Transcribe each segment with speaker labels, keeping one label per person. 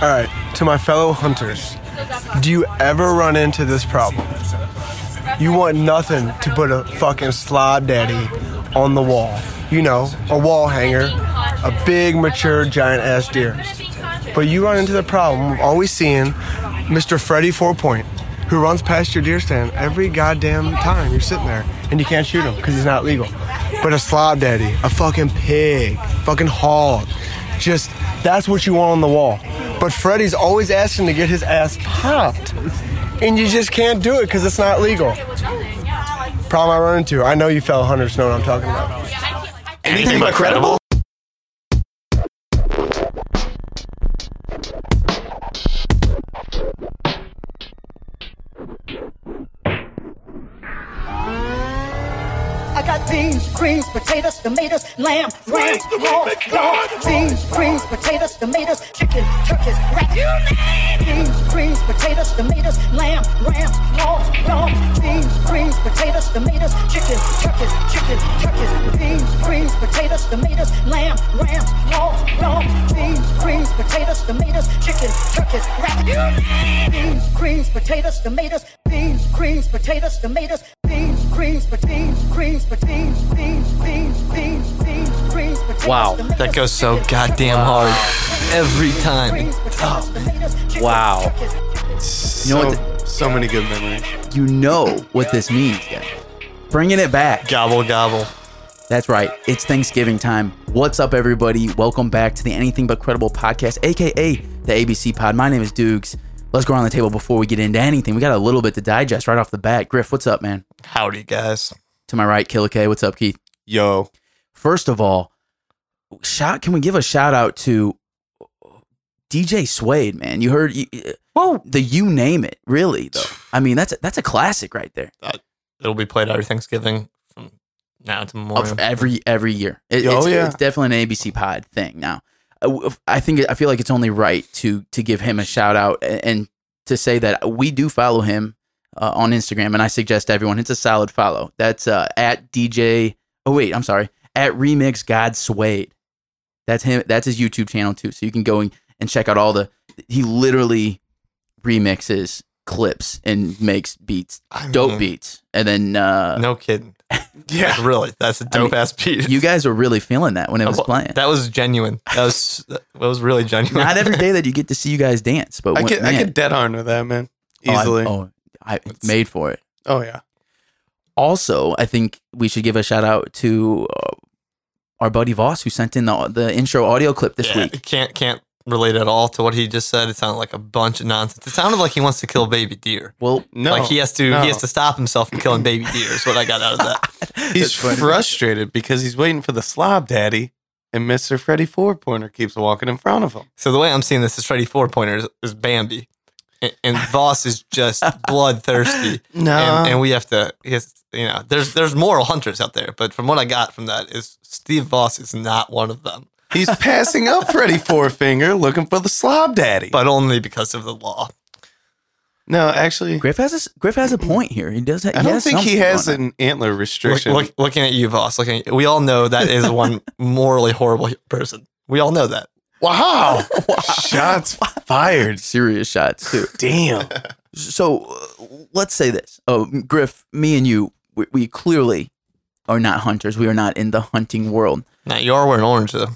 Speaker 1: All right, to my fellow hunters, do you ever run into this problem? You want nothing to put a fucking slob daddy on the wall. You know, a wall hanger, a big, mature, giant ass deer. But you run into the problem of always seeing Mr. Freddy Four Point, who runs past your deer stand every goddamn time you're sitting there, and you can't shoot him because he's not legal. But a slob daddy, a fucking pig, fucking hog, just that's what you want on the wall. But Freddy's always asking to get his ass popped, and you just can't do it because it's not legal. Problem I run into. I know you fellow hunters know what I'm talking about.
Speaker 2: Anything but credible?
Speaker 3: I got beans, greens, potatoes, tomatoes, lamb, ram, pork, pork, beans, greens, potatoes, tomatoes, chicken, turkeys, rat. You name beans, greens, potatoes, tomatoes, lamb, ram, pork, pork, beans, greens, potatoes, tomatoes, chicken, turkeys, chicken, turkeys, beans, greens, potatoes, tomatoes, lamb, ram, pork, pork, beans, greens, potatoes, tomatoes, chicken, turkeys, rat. You name beans, greens, potatoes, tomatoes, beans, greens, potatoes, tomatoes, beans, greens, potatoes, greens, potatoes, beans, beans, beans, beans, greens, potatoes.
Speaker 4: Wow.
Speaker 3: That goes so goddamn hard every time.
Speaker 4: Wow.
Speaker 5: You know
Speaker 6: so,
Speaker 5: what
Speaker 6: so many good memories.
Speaker 5: You know what this means, guys. Bringing it back.
Speaker 2: Gobble, gobble.
Speaker 5: That's right. It's Thanksgiving time. What's up, everybody? Welcome back to the Anything But Credible podcast, aka the ABC Pod. My name is Dukes. Let's go around the table before we get into anything. We got a little bit to digest right off the bat. Griff, what's up, man?
Speaker 2: Howdy, guys.
Speaker 5: To my right, Killer K. What's up, Keith?
Speaker 6: Yo,
Speaker 5: First of all, shout. Can we give a shout out to DJ Suede, man? You heard you,
Speaker 2: Whoa.
Speaker 5: the you name it, really though. I mean, that's a, that's a classic right there.
Speaker 2: It'll be played every Thanksgiving from now to
Speaker 5: of
Speaker 2: Memorial.
Speaker 5: every every year. It,
Speaker 6: Oh,
Speaker 5: it's,
Speaker 6: yeah.
Speaker 5: it's definitely an ABC Pod thing now. I w- I think I feel like it's only right to to give him a shout out and, and to say that we do follow him uh, on Instagram, and I suggest everyone it's a solid follow. That's uh, at DJ. Oh wait, I'm sorry. At Remix God Suede. That's him. That's his YouTube channel too. So you can go and, and check out all the. He literally remixes clips and makes beats,
Speaker 2: I
Speaker 5: dope
Speaker 2: mean,
Speaker 5: beats, and then uh,
Speaker 2: No kidding.
Speaker 6: yeah,
Speaker 2: Really, that's a
Speaker 5: I mean,
Speaker 2: dope ass beat.
Speaker 5: you guys were really feeling that when it was
Speaker 2: Well,
Speaker 5: playing.
Speaker 2: That was genuine. That was that was really genuine.
Speaker 5: Not every day that you get to see you guys dance, but
Speaker 6: I
Speaker 5: when,
Speaker 6: get I
Speaker 5: man,
Speaker 6: get dead on to that man
Speaker 5: oh, I-
Speaker 6: easily.
Speaker 5: Oh,
Speaker 6: Oh,
Speaker 5: I, made for it.
Speaker 6: yeah,
Speaker 5: Also, I think we should give a shout out to uh, our buddy Voss who sent in the the intro audio clip this
Speaker 2: Yeah,
Speaker 5: week.
Speaker 2: Can't can't relate at all to what he just said. It sounded like a bunch of nonsense. It sounded like he wants to kill baby deer.
Speaker 5: Well,
Speaker 6: no,
Speaker 2: like he has to
Speaker 6: no.
Speaker 2: he has to stop himself from killing baby deer. Is what I got out of that.
Speaker 6: He's frustrated because he's waiting for the slob daddy, and Mister Freddy Four Pointer keeps walking in front of him.
Speaker 2: So the way I'm seeing this is Freddy Four Pointer is, is Bambi, and, and Voss is just bloodthirsty.
Speaker 6: No,
Speaker 2: and, and we have to, he has- you know, there's there's moral hunters out there, but from what I got from that is Steve Voss is not one of them,
Speaker 6: he's passing up Freddy Four Finger, looking for the slob daddy.
Speaker 2: but only because of the law.
Speaker 6: no, actually,
Speaker 5: Griff has a, s- Griff has a point here. He does. Ha-
Speaker 6: I
Speaker 5: he
Speaker 6: don't
Speaker 5: has
Speaker 6: think he
Speaker 5: something
Speaker 6: has
Speaker 5: going on.
Speaker 6: an antler
Speaker 2: Look,
Speaker 6: restriction.
Speaker 2: look, looking at you, Voss. Looking, at you, we all know that is one morally horrible person. We all know that.
Speaker 6: wow. shots fired.
Speaker 5: serious shots too.
Speaker 6: Damn.
Speaker 5: So uh, let's say this. Oh, Griff, me and you, we, we clearly are not hunters. We are not in the hunting world.
Speaker 2: Now you are wearing orange though.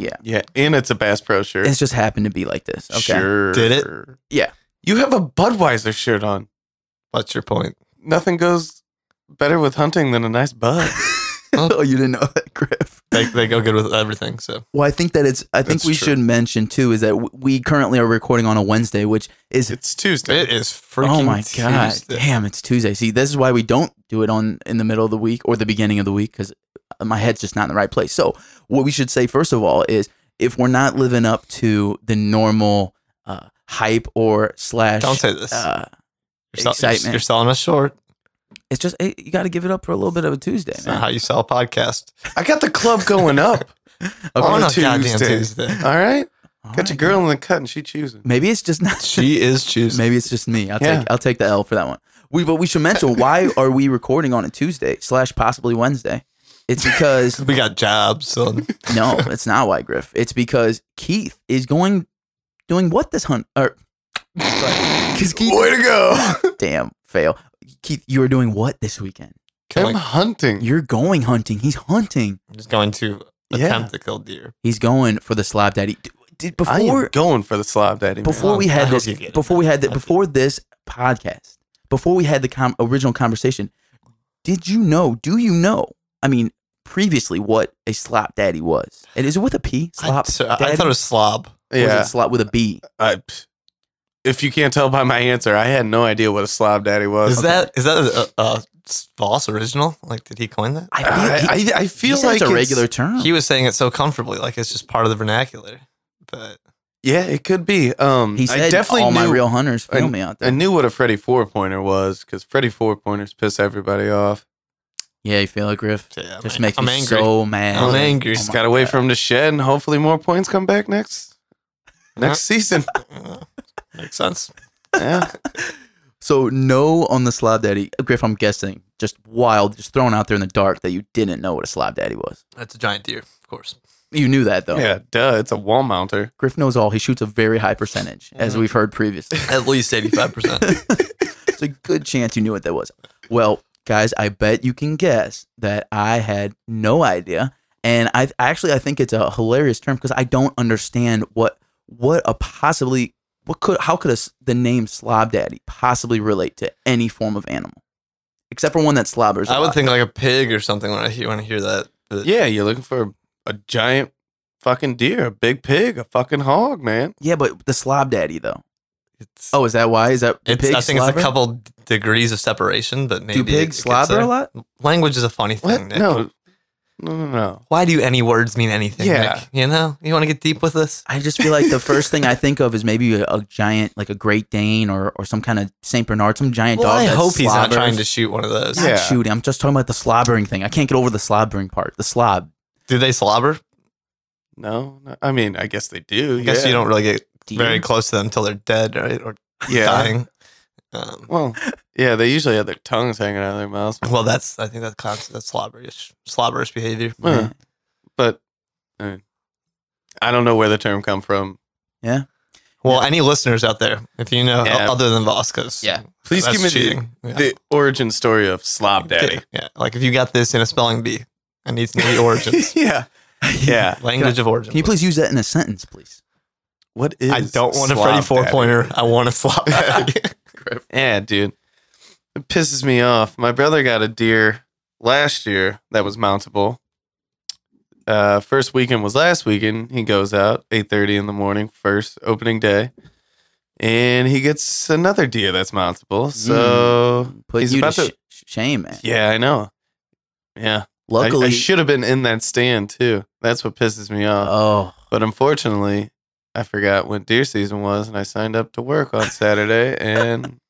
Speaker 6: Yeah, and it's a Bass Pro shirt.
Speaker 5: It's just happened to be like this. Okay.
Speaker 6: Sure.
Speaker 2: Did it?
Speaker 5: Yeah.
Speaker 6: You have a Budweiser shirt on.
Speaker 2: What's your point?
Speaker 6: Nothing goes better with hunting than a nice bud.
Speaker 5: oh, you didn't know that, Griff.
Speaker 2: They, they go good with everything. So
Speaker 5: Well, I think that it's. I think
Speaker 6: That's
Speaker 5: we
Speaker 6: true.
Speaker 5: should mention too is that w- we currently are recording on a Wednesday, which is.
Speaker 6: it's Tuesday.
Speaker 2: it is freaking.
Speaker 5: Oh my god!
Speaker 2: Tuesday.
Speaker 5: Damn, it's Tuesday. See, this is why we don't do it on in the middle of the week or the beginning of the week because my head's just not in the right place. So, what we should say first of all is if we're not living up to the normal uh, hype or slash,
Speaker 2: Don't say this.
Speaker 5: Uh,
Speaker 2: you're, sell- you're-
Speaker 5: excitement.
Speaker 2: you're selling us short.
Speaker 5: it's just eh, you got to give it up for a little bit of a Tuesday,
Speaker 2: It's not
Speaker 5: man.
Speaker 2: how you sell a podcast.
Speaker 6: I got the club going up.
Speaker 2: on
Speaker 6: on
Speaker 2: a
Speaker 6: Tuesday.
Speaker 2: goddamn Tuesday.
Speaker 6: All right.
Speaker 5: All
Speaker 6: Got your
Speaker 5: right.
Speaker 6: girl in the cut and she choosing.
Speaker 5: Maybe it's just not.
Speaker 2: She is choosing.
Speaker 5: Maybe it's just me. I'll
Speaker 6: Yeah.
Speaker 5: take I'll take the L for that one. We but we should mention why are we recording on a Tuesday slash possibly Wednesday? It's because
Speaker 2: We got jobs. So
Speaker 5: no, it's not why Griff. It's because Keith is going doing what this hunt? Or because Keith,
Speaker 6: Way to go.
Speaker 5: damn, fail. Keith, you are doing what this weekend?
Speaker 6: I'm
Speaker 2: Killing,
Speaker 6: hunting.
Speaker 5: You're going hunting. He's hunting.
Speaker 2: just going to
Speaker 6: Yeah.
Speaker 2: attempt to kill deer.
Speaker 5: He's going for the slob daddy. D- Did
Speaker 6: I am
Speaker 5: before
Speaker 6: going for the slob daddy. man.
Speaker 5: before we
Speaker 2: I
Speaker 5: had
Speaker 2: hope
Speaker 5: this
Speaker 2: you get it.
Speaker 5: before we had
Speaker 2: I
Speaker 5: that
Speaker 2: hope
Speaker 5: before this podcast before we had the com- original conversation. Did you know? Do you know? I mean, previously, what a slop daddy was, and is it with a P? Slop.
Speaker 2: I, so- I
Speaker 5: daddy?
Speaker 2: thought it was slob.
Speaker 5: Or is
Speaker 6: yeah.
Speaker 5: it slop with a B?
Speaker 6: I, pff, if you can't tell by my answer, I had no idea what a slob daddy was.
Speaker 2: Is that is that a, a, a Voss original? Like, did he coin that?
Speaker 5: I feel, he-
Speaker 6: Uh, I, I, I
Speaker 5: he
Speaker 6: feel
Speaker 5: said
Speaker 6: like
Speaker 5: it's a regular term.
Speaker 2: He was saying it so comfortably, like it's just part of the vernacular. But
Speaker 6: Yeah, it could be. Um,
Speaker 5: he said,
Speaker 6: I definitely
Speaker 5: "All
Speaker 6: knew,
Speaker 5: my real hunters feel
Speaker 6: I-
Speaker 5: me out there."
Speaker 6: I knew what a Freddy four pointer was because Freddy four pointers piss everybody off.
Speaker 5: yeah, you feel it, Griff.
Speaker 2: yeah, I'm
Speaker 5: Just
Speaker 2: ang-
Speaker 5: makes
Speaker 2: I'm
Speaker 5: me
Speaker 2: angry.
Speaker 5: so mad.
Speaker 2: I'm angry.
Speaker 5: Oh
Speaker 6: Just
Speaker 5: my
Speaker 6: got away
Speaker 5: God.
Speaker 6: from the shed, and hopefully more points come back next next season.
Speaker 2: Uh, Makes sense.
Speaker 6: Yeah,
Speaker 5: So no on the slob daddy, Griff. I'm guessing just wild, just thrown out there in the dark that you didn't know what a slob daddy was.
Speaker 2: That's a giant deer, of course.
Speaker 5: You knew that though.
Speaker 6: yeah, duh. It's a wall mounter.
Speaker 5: Griff knows all. He shoots a very high percentage, as we've heard previously.
Speaker 2: Mm-hmm. At least eighty five percent.
Speaker 5: It's a good chance you knew what that was. Well, guys, I bet you can guess that I had no idea, and I actually I think it's a hilarious term because I don't understand what what a possibly what could how could a s the name slob daddy possibly relate to any form of animal, except for one that slobbers. a
Speaker 2: I would
Speaker 5: lot.
Speaker 2: think like a pig or something when I hear when I hear that. But
Speaker 6: Yeah, you're looking for a giant fucking deer, a big pig, a fucking hog, man.
Speaker 5: Yeah, but the slob daddy though.
Speaker 2: it's,
Speaker 5: Oh, is that why? Is that the
Speaker 2: it's
Speaker 5: pig
Speaker 2: I think
Speaker 5: slobber?
Speaker 2: it's a couple d- degrees of separation, but maybe
Speaker 5: Do
Speaker 2: it- it
Speaker 5: pigs
Speaker 2: gets
Speaker 5: slobber
Speaker 2: there.
Speaker 5: a lot?
Speaker 2: Language is a funny
Speaker 6: What?
Speaker 2: thing. Nick.
Speaker 6: No, no, no, no.
Speaker 2: Why do any words mean anything?
Speaker 6: Yeah.
Speaker 2: Nick? You know, you want to get deep with this?
Speaker 5: I just feel like the first thing I think of is maybe a, a giant, like a Great Dane or, or some kind of Saint Bernard, some giant
Speaker 2: Well,
Speaker 5: dog.
Speaker 2: I
Speaker 5: that
Speaker 2: hope he's not
Speaker 5: slobbers.
Speaker 2: trying to shoot one of those.
Speaker 5: Not
Speaker 6: Yeah.
Speaker 5: shooting. I'm just talking about the slobbering thing. I can't get over the slobbering part. The slob.
Speaker 2: Do they slobber?
Speaker 6: No, no. I mean, I guess they do.
Speaker 2: I guess
Speaker 6: yeah.
Speaker 2: you don't really get
Speaker 5: Deer.
Speaker 2: very close to them until they're dead, right? Or
Speaker 6: Yeah.
Speaker 2: dying. Um,
Speaker 6: Well, yeah, they usually have their tongues hanging out of their mouths.
Speaker 2: well, that's I think that's constant. That's slobberish, slobberish behavior.
Speaker 5: Mm-hmm.
Speaker 6: Huh. But I, mean, I don't know where the term come from.
Speaker 2: Well, any listeners out there, if you know
Speaker 6: Yeah.
Speaker 2: other than Vasquez,
Speaker 5: Yeah.
Speaker 6: Please
Speaker 2: that's
Speaker 6: give me
Speaker 2: cheating.
Speaker 6: the,
Speaker 2: Yeah.
Speaker 6: the origin story of Slob Daddy.
Speaker 2: Okay. Yeah, like if you got this in a spelling bee, I need to know the origins,
Speaker 6: yeah, yeah.
Speaker 2: language of origin.
Speaker 5: Can you please use that in a sentence, please?
Speaker 6: What is?
Speaker 2: I don't want a
Speaker 6: Slob
Speaker 2: Freddy four
Speaker 6: Daddy?
Speaker 2: pointer. I want a slop.
Speaker 6: Yeah, dude, it pisses me off. My brother got a deer last year that was mountable. Uh, first weekend was last weekend. He goes out eight thirty in the morning, first opening day, and he gets another deer that's mountable. So
Speaker 5: Put
Speaker 6: He's
Speaker 5: you to,
Speaker 6: about to-
Speaker 5: sh- shame, man.
Speaker 6: Yeah, I know. Yeah. I-
Speaker 5: Luckily,
Speaker 6: I, should have been in that stand too. That's what pisses me off.
Speaker 5: oh,
Speaker 6: but unfortunately, I forgot when deer season was and I signed up to work on Saturday and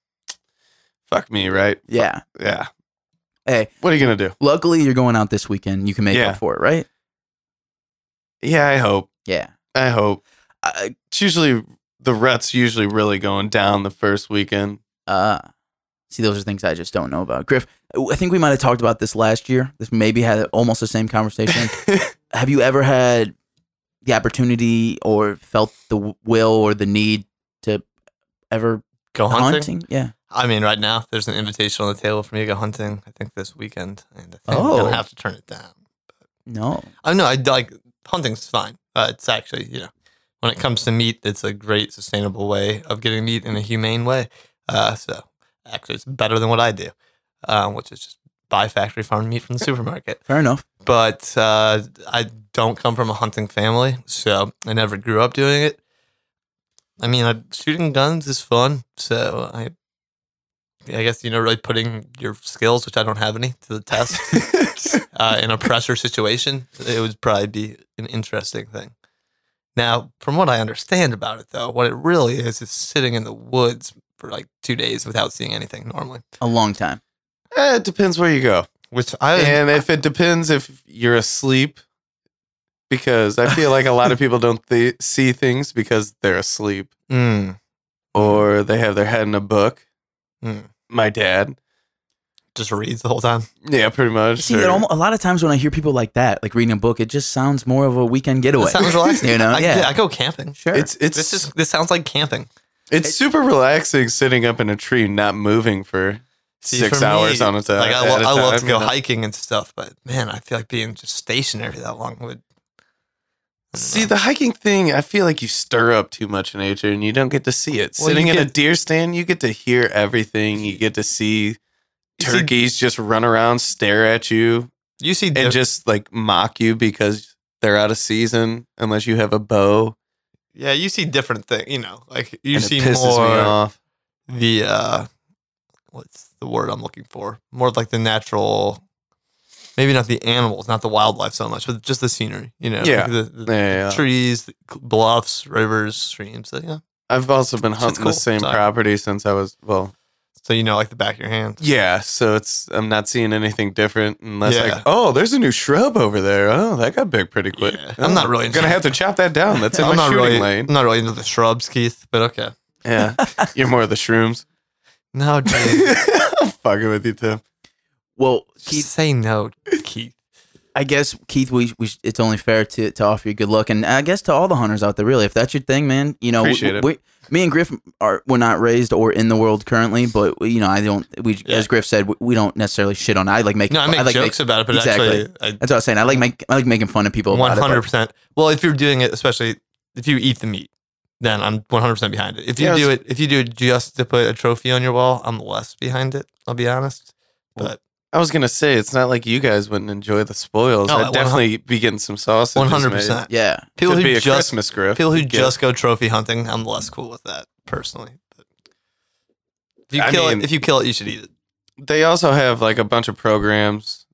Speaker 6: fuck me, right?
Speaker 5: yeah.
Speaker 6: Yeah.
Speaker 5: Hey.
Speaker 6: What are you going to do?
Speaker 5: Luckily, you're going out this weekend. You can make
Speaker 6: Yeah.
Speaker 5: up for it, right?
Speaker 6: Yeah, I hope.
Speaker 5: Yeah.
Speaker 6: I hope.
Speaker 5: I-
Speaker 6: It's usually the rut's usually really going down the first weekend.
Speaker 5: Uh, see, those are things I just don't know about. Griff, I think we might have talked about this last year. This maybe had almost the same conversation. have you ever had the opportunity or felt the w- will or the need to ever
Speaker 2: go hunting?
Speaker 5: hunting? Yeah.
Speaker 2: I mean, right now there's an invitation on the table for me to go hunting. I think this weekend, and I think I'm
Speaker 5: Oh.
Speaker 2: gonna have to turn it down.
Speaker 5: No.
Speaker 2: I know. I like hunting's fine. Uh, it's actually you know, when it comes to meat, it's a great sustainable way of getting meat in a humane way. Uh, so actually, it's better than what I do, um, which is just buy factory farmed meat from the supermarket.
Speaker 5: Fair enough.
Speaker 2: but uh, I don't come from a hunting family, so I never grew up doing it. I mean, I, shooting guns is fun, so I, I guess you know, really putting your skills, which I don't have any, to the test uh, in a pressure situation, it would probably be an interesting thing. Now, from what I understand about it, though, what it really is is sitting in the woods for like two days without seeing anything normally,
Speaker 5: A long time.
Speaker 6: Eh, it depends where you go.
Speaker 2: which I
Speaker 6: and if it depends if you're asleep because i feel like a lot of people don't th- see things because they're asleep
Speaker 2: Mm,
Speaker 5: Mm-hmm.
Speaker 6: or they have their head in a book
Speaker 2: mm.
Speaker 6: my dad
Speaker 2: just reads the whole time.
Speaker 6: Yeah, pretty much.
Speaker 5: See, it
Speaker 6: or-
Speaker 5: almost, a lot of times when I hear people like that, like reading a book, it just sounds more of a weekend
Speaker 2: It
Speaker 5: getaway.
Speaker 2: sounds relaxing.
Speaker 5: You know,
Speaker 2: I,
Speaker 5: yeah.
Speaker 2: I go camping.
Speaker 5: sure.
Speaker 6: it's it's
Speaker 2: This is this sounds like camping.
Speaker 6: it's super relaxing sitting up in a tree, not moving for
Speaker 2: See,
Speaker 6: six
Speaker 2: for me,
Speaker 6: hours on its own.
Speaker 2: Like I, lo-
Speaker 6: at a
Speaker 2: I love
Speaker 6: time,
Speaker 2: to go
Speaker 6: you know?
Speaker 2: hiking and stuff, but man, I feel like being just stationary that long would.
Speaker 6: See the hiking thing, I feel like you stir up too much in nature and you don't get to see it.
Speaker 2: Well,
Speaker 6: Sitting
Speaker 2: you
Speaker 6: in a
Speaker 2: get-
Speaker 6: deer stand, you get to hear everything. You get to see
Speaker 2: You see-
Speaker 6: turkeys just run around, stare at you,
Speaker 2: You see,
Speaker 6: and
Speaker 2: di-
Speaker 6: just like mock you because they're out of season unless you have a bow.
Speaker 2: yeah, you see different things. You know, like you
Speaker 6: and
Speaker 2: see
Speaker 6: it pisses me
Speaker 2: more
Speaker 6: off.
Speaker 2: the uh, what's the word I'm looking for? More of like the natural, maybe not the animals, not the wildlife so much, but just the scenery. You know,
Speaker 6: Yeah.
Speaker 2: like the, the-
Speaker 6: Yeah, yeah, yeah.
Speaker 2: trees, the cl- bluffs, rivers, streams. So, yeah,
Speaker 6: I've also been
Speaker 2: Shit's
Speaker 6: hunting
Speaker 2: cool.
Speaker 6: the same
Speaker 2: Sorry.
Speaker 6: property since I was well,
Speaker 2: so you know, like the back of your hand.
Speaker 6: Yeah, so it's I'm not seeing anything different unless
Speaker 2: Yeah.
Speaker 6: like, oh, there's a new shrub over there. Oh, that got big pretty quick.
Speaker 2: Yeah. I'm not really
Speaker 6: I'm gonna have to chop that down. That's in
Speaker 2: I'm
Speaker 6: my
Speaker 2: not
Speaker 6: shooting
Speaker 2: really,
Speaker 6: lane.
Speaker 2: I'm not really into the shrubs, Keith. But okay,
Speaker 6: Yeah, you're more of the shrooms.
Speaker 2: no, dude.
Speaker 6: I'm fucking with you, Tim.
Speaker 5: well,
Speaker 2: Keith,
Speaker 5: Keith,
Speaker 2: say no, Keith.
Speaker 5: I guess Keith, we, we sh- it's only fair to, to offer you good luck, and I guess to all the hunters out there, really, if that's your thing, man, you know, we,
Speaker 6: Appreciate it.
Speaker 5: we- me and Griff are we're not raised or in the world currently, but we- you know, I don't. We
Speaker 2: Yeah.
Speaker 5: as Griff said, we, we don't necessarily shit on. it. I like making.
Speaker 2: No, I
Speaker 5: fun-
Speaker 2: make
Speaker 5: like
Speaker 2: jokes about it, but
Speaker 5: Exactly.
Speaker 2: actually,
Speaker 5: That's what I was saying. I like make I like making fun of people.
Speaker 2: one
Speaker 5: about it, but-
Speaker 2: hundred percent. Well, if you're doing it, especially if you eat the meat, then I'm one hundred percent behind it. If you
Speaker 6: Yeah,
Speaker 2: do it, if you do it just to put a trophy on your wall, I'm less behind it. I'll be honest. But
Speaker 6: I was gonna say it's not like you guys wouldn't enjoy the spoils.
Speaker 2: No,
Speaker 6: I'd
Speaker 2: 100
Speaker 6: definitely be getting some sausage.
Speaker 2: one hundred percent,
Speaker 5: Yeah,
Speaker 2: people
Speaker 6: Could
Speaker 2: who
Speaker 6: be a
Speaker 2: just
Speaker 6: Christmas grift.
Speaker 2: people who
Speaker 6: Good gift.
Speaker 2: just go trophy hunting, I'm less cool with that personally. But if you
Speaker 6: I
Speaker 2: kill
Speaker 6: mean-
Speaker 2: it, if you kill it, you should eat it.
Speaker 6: they also have like a bunch of programs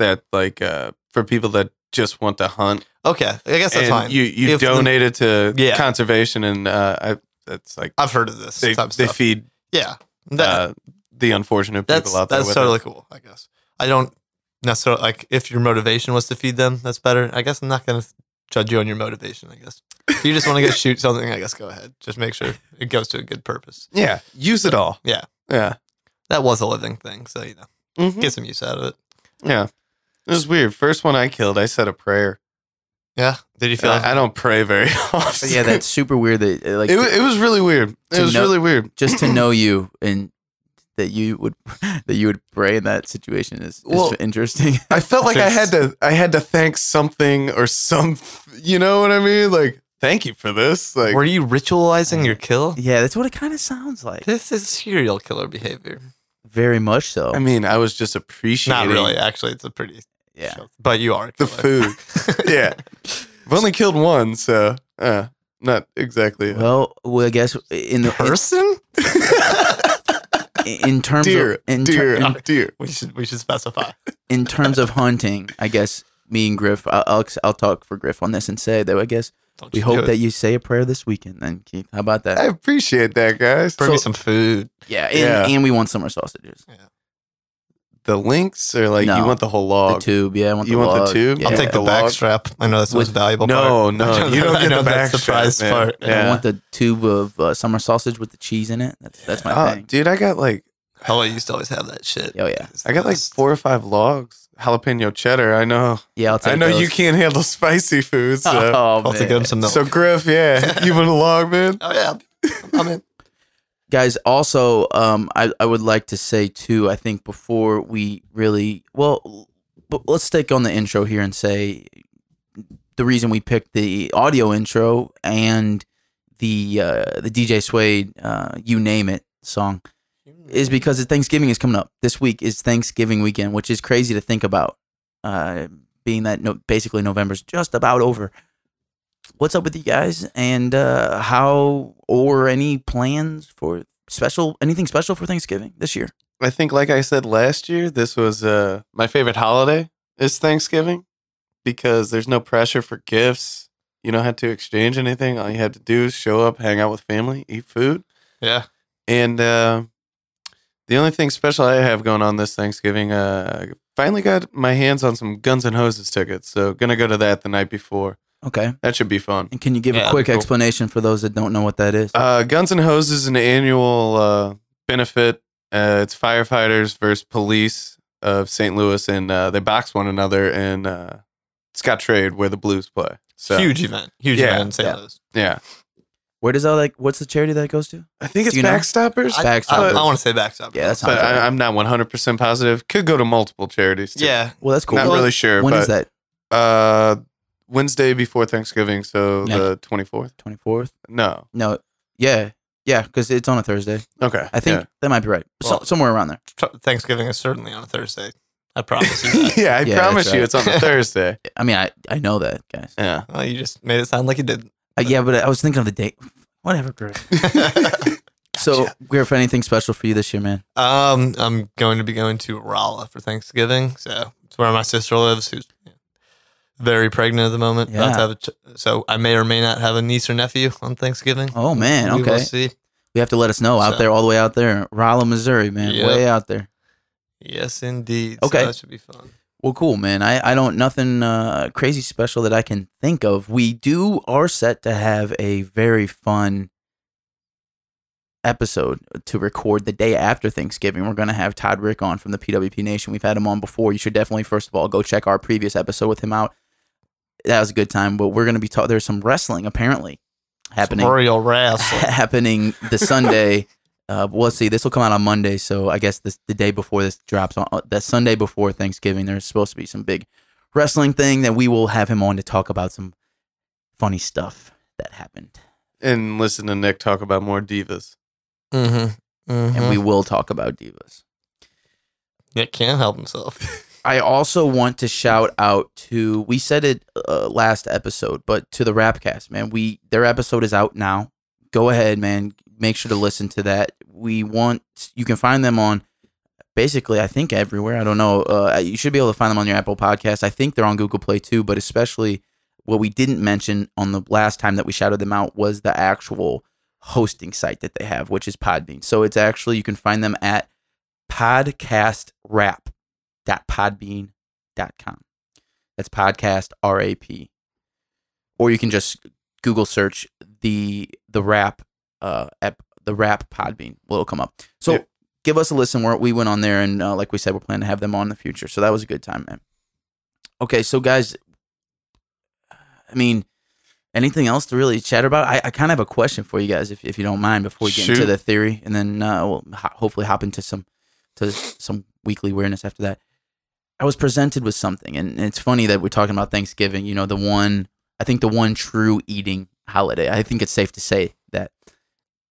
Speaker 6: that like uh for people that just want to hunt
Speaker 2: Okay, I guess that's
Speaker 6: and
Speaker 2: fine.
Speaker 6: you you
Speaker 2: If the-
Speaker 6: donate it to
Speaker 2: Yeah.
Speaker 6: conservation and uh I, that's like
Speaker 2: I've heard of this
Speaker 6: they,
Speaker 2: type of
Speaker 6: they
Speaker 2: stuff.
Speaker 6: feed
Speaker 2: yeah, that,
Speaker 6: uh, the unfortunate
Speaker 2: that's
Speaker 6: people out there
Speaker 2: that's
Speaker 6: with
Speaker 2: totally
Speaker 6: it.
Speaker 2: cool. I guess I don't necessarily like if your motivation was to feed them, that's better. I guess I'm not gonna judge you on your motivation. I guess if you just want to go shoot something, I guess go ahead. Just make sure it goes to a good purpose.
Speaker 6: yeah use it all
Speaker 2: Yeah,
Speaker 6: yeah
Speaker 2: that was a living thing, so you know,
Speaker 6: Mhm.
Speaker 2: get some use out of it.
Speaker 6: yeah it was weird first one i killed i said a prayer
Speaker 2: Yeah. Did you feel?
Speaker 6: Uh, I, I don't pray very often
Speaker 5: But yeah, that's super weird. That uh, like
Speaker 6: it, wa- it was really weird it
Speaker 5: To
Speaker 6: was
Speaker 5: know-
Speaker 6: really weird
Speaker 5: just to know you and that you would that you would pray in that situation is, is
Speaker 6: Well-
Speaker 5: interesting.
Speaker 6: I felt like I had to I had to thank something or some you know what I mean? Like thank you for this. Like
Speaker 2: were you ritualizing
Speaker 6: Mm.
Speaker 2: your kill?
Speaker 5: yeah, that's what it kind of sounds like.
Speaker 2: This is serial killer behavior.
Speaker 5: Very much so.
Speaker 6: I mean, I was just appreciating
Speaker 2: Not really. Actually, it's a pretty.
Speaker 5: yeah.
Speaker 2: But you are a
Speaker 6: the
Speaker 2: killer.
Speaker 6: food. yeah. I've only killed one, so uh not exactly. a-
Speaker 5: Well, well, I guess in the
Speaker 2: Person?
Speaker 5: in, in terms
Speaker 6: deer,
Speaker 5: of in, ter-
Speaker 6: deer,
Speaker 5: in,
Speaker 6: deer.
Speaker 2: We should we should specify.
Speaker 5: in terms of hunting, I guess me and Griff, I'll, I'll I'll talk for Griff on this and say that I guess
Speaker 2: Don't
Speaker 5: we
Speaker 2: you do
Speaker 5: hope
Speaker 2: it.
Speaker 5: that you say a prayer this weekend. Then Keith, how about
Speaker 6: I
Speaker 5: that?
Speaker 6: appreciate that, guys.
Speaker 2: bring me
Speaker 5: so-
Speaker 2: some food.
Speaker 5: Yeah, and,
Speaker 6: Yeah.
Speaker 5: and we want summer sausages.
Speaker 6: The links or like you
Speaker 5: No.
Speaker 6: want the whole
Speaker 5: The
Speaker 6: log.
Speaker 5: tube, yeah. I want
Speaker 6: You
Speaker 5: the
Speaker 6: want the
Speaker 5: log.
Speaker 6: tube?
Speaker 5: Yeah.
Speaker 2: I'll take the,
Speaker 6: The
Speaker 2: back
Speaker 6: log.
Speaker 2: strap. I know that's the most valuable
Speaker 6: no,
Speaker 2: part. I
Speaker 6: no,
Speaker 2: know
Speaker 6: you don't
Speaker 2: that- I
Speaker 6: get
Speaker 2: know
Speaker 6: the back
Speaker 2: that's the prize
Speaker 6: man.
Speaker 2: part.
Speaker 6: Yeah.
Speaker 5: I want the tube of uh, summer sausage with the cheese in it. That's that's my
Speaker 6: Oh,
Speaker 5: thing.
Speaker 6: dude, I got like
Speaker 2: Hell, I used to always have that shit.
Speaker 5: Oh yeah,
Speaker 6: I got like four or five logs. Jalapeno cheddar. I know.
Speaker 5: yeah. I'll take.
Speaker 6: I know
Speaker 5: those.
Speaker 6: you can't handle spicy food. So.
Speaker 5: Oh,
Speaker 2: I'll take
Speaker 5: man.
Speaker 2: him some milk.
Speaker 6: So Griff, yeah, you want a log, man?
Speaker 2: oh yeah, I'm in.
Speaker 5: guys. Also, um, I I would like to say too. I think before we really well, but let's take on the intro here and say the reason we picked the audio intro and the uh, the DJ Suede, uh, you name it song is because Thanksgiving is coming up. This week is Thanksgiving weekend, which is crazy to think about. Uh, being that no, basically November's just about over. What's up with you guys, and uh, how or any plans for special anything special for Thanksgiving this year?
Speaker 6: I think, like I said last year, this was uh, my favorite holiday is Thanksgiving because there's no pressure for gifts. You don't have to exchange anything. All you have to do is show up, hang out with family, eat food,
Speaker 2: Yeah,
Speaker 6: and uh, the only thing special I have going on this Thanksgiving, uh, I finally got my hands on some Guns and Hoses tickets, so gonna go to that the night before.
Speaker 5: Okay,
Speaker 6: That should be fun.
Speaker 5: and can you give
Speaker 2: Yeah,
Speaker 5: a
Speaker 2: that'd
Speaker 5: quick
Speaker 2: be cool. Uh,
Speaker 5: explanation for those that don't know what that is?
Speaker 6: Uh, Guns and Hoses is an annual uh, benefit Uh, it's firefighters versus police of St. Louis, and uh, they box one another in uh, Scott Trade, where the Blues play. So,
Speaker 2: huge event. Huge
Speaker 6: Yeah,
Speaker 2: event in St.
Speaker 5: yeah.
Speaker 2: Louis.
Speaker 6: Yeah,
Speaker 5: Where does all like? What's the charity that it goes to?
Speaker 6: I think it's
Speaker 5: you know?
Speaker 6: Backstoppers,
Speaker 5: I-
Speaker 2: I,
Speaker 5: Backstoppers.
Speaker 2: want to say backstop.
Speaker 5: Yeah, that's
Speaker 6: but
Speaker 5: not.
Speaker 6: I, I'm not 100 percent positive. Could go to multiple charities. Too.
Speaker 2: yeah.
Speaker 5: well, that's cool.
Speaker 6: not
Speaker 5: Well,
Speaker 6: really sure.
Speaker 5: When
Speaker 6: but,
Speaker 5: is that?
Speaker 6: Uh, Wednesday before Thanksgiving, so
Speaker 5: Next-
Speaker 6: the 24th.
Speaker 5: Twenty fourth?
Speaker 6: No,
Speaker 5: No. Yeah. Yeah, because it's on a Thursday.
Speaker 6: okay,
Speaker 5: I think
Speaker 6: yeah.
Speaker 5: that might be right. so,
Speaker 2: Well-
Speaker 5: somewhere around there.
Speaker 2: Tr- Thanksgiving is certainly on a Thursday. I promise you that.
Speaker 6: yeah, I
Speaker 5: Yeah,
Speaker 6: promise
Speaker 5: that's
Speaker 6: you,
Speaker 5: right.
Speaker 6: it's on a Thursday.
Speaker 5: I mean, I, I know that, guys.
Speaker 6: Yeah.
Speaker 2: well, Oh, you just made it sound like you did.
Speaker 5: Uh, yeah, but I was thinking of the date. Whatever, Griff. So, Griff, anything special for you this year, man?
Speaker 2: um, I'm going to be going to Rolla for Thanksgiving. So it's where my sister lives, who's very pregnant at the moment. about to
Speaker 5: Yeah.
Speaker 2: have a ch- so I may or may not have a niece or nephew on Thanksgiving.
Speaker 5: Oh man,
Speaker 2: We will
Speaker 5: okay.
Speaker 2: see.
Speaker 5: We have to let us know out
Speaker 2: So-
Speaker 5: there, all the way out there, Rolla, Missouri, man,
Speaker 2: Yep.
Speaker 5: way out there.
Speaker 2: Yes, indeed. So
Speaker 5: Okay.
Speaker 2: that should be fun.
Speaker 5: Well, cool, man. I, I don't nothing uh, crazy special that I can think of. We do are set to have a very fun episode to record the day after Thanksgiving. We're going to have Todd Rick on from the PWP Nation. We've had him on before. You should definitely first of all go check our previous episode with him out. That was a good time. But we're going to be talking. There's some wrestling apparently happening
Speaker 2: Royal wrestling.
Speaker 5: happening the Sunday. uh, we'll see. This will come out on Monday, so I guess this, the day before this drops on uh, that Sunday before Thanksgiving. There's supposed to be some big wrestling thing that we will have him on to talk about some funny stuff that happened,
Speaker 6: and listen to Nick talk about more divas.
Speaker 2: Mm-hmm.
Speaker 5: and we will talk about divas.
Speaker 2: Nick can't help himself.
Speaker 5: I also want to shout out to we said it uh, last episode, but to the Rapcast, man. We their episode is out now. Go ahead, man. Make sure to listen to that. We want you can find them on basically I think everywhere. I don't know. Uh, you should be able to find them on your Apple Podcast. I think they're on Google Play too, but especially what we didn't mention on the last time that we shouted them out was the actual hosting site that they have, which is Podbean. So it's actually you can find them at podcastrap podbean.com. That's podcast R A P. Or you can just Google search the the rap uh ep, the rap Podbean. Well, it'll come up. So
Speaker 6: Yeah.
Speaker 5: give us a listen. We're, we went on there, and uh, like we said, we're planning to have them on in the future. So that was a good time, man. Okay, so guys, I mean, anything else to really chat about? I, I kind of have a question for you guys, if, if you don't mind, before we get into
Speaker 6: Shoot.
Speaker 5: the theory, and then uh, we'll ho- hopefully hop into some to some weekly awareness after that. I was presented with something, and it's funny that we're talking about Thanksgiving. You know, the one I think the one true eating holiday. I think it's safe to say that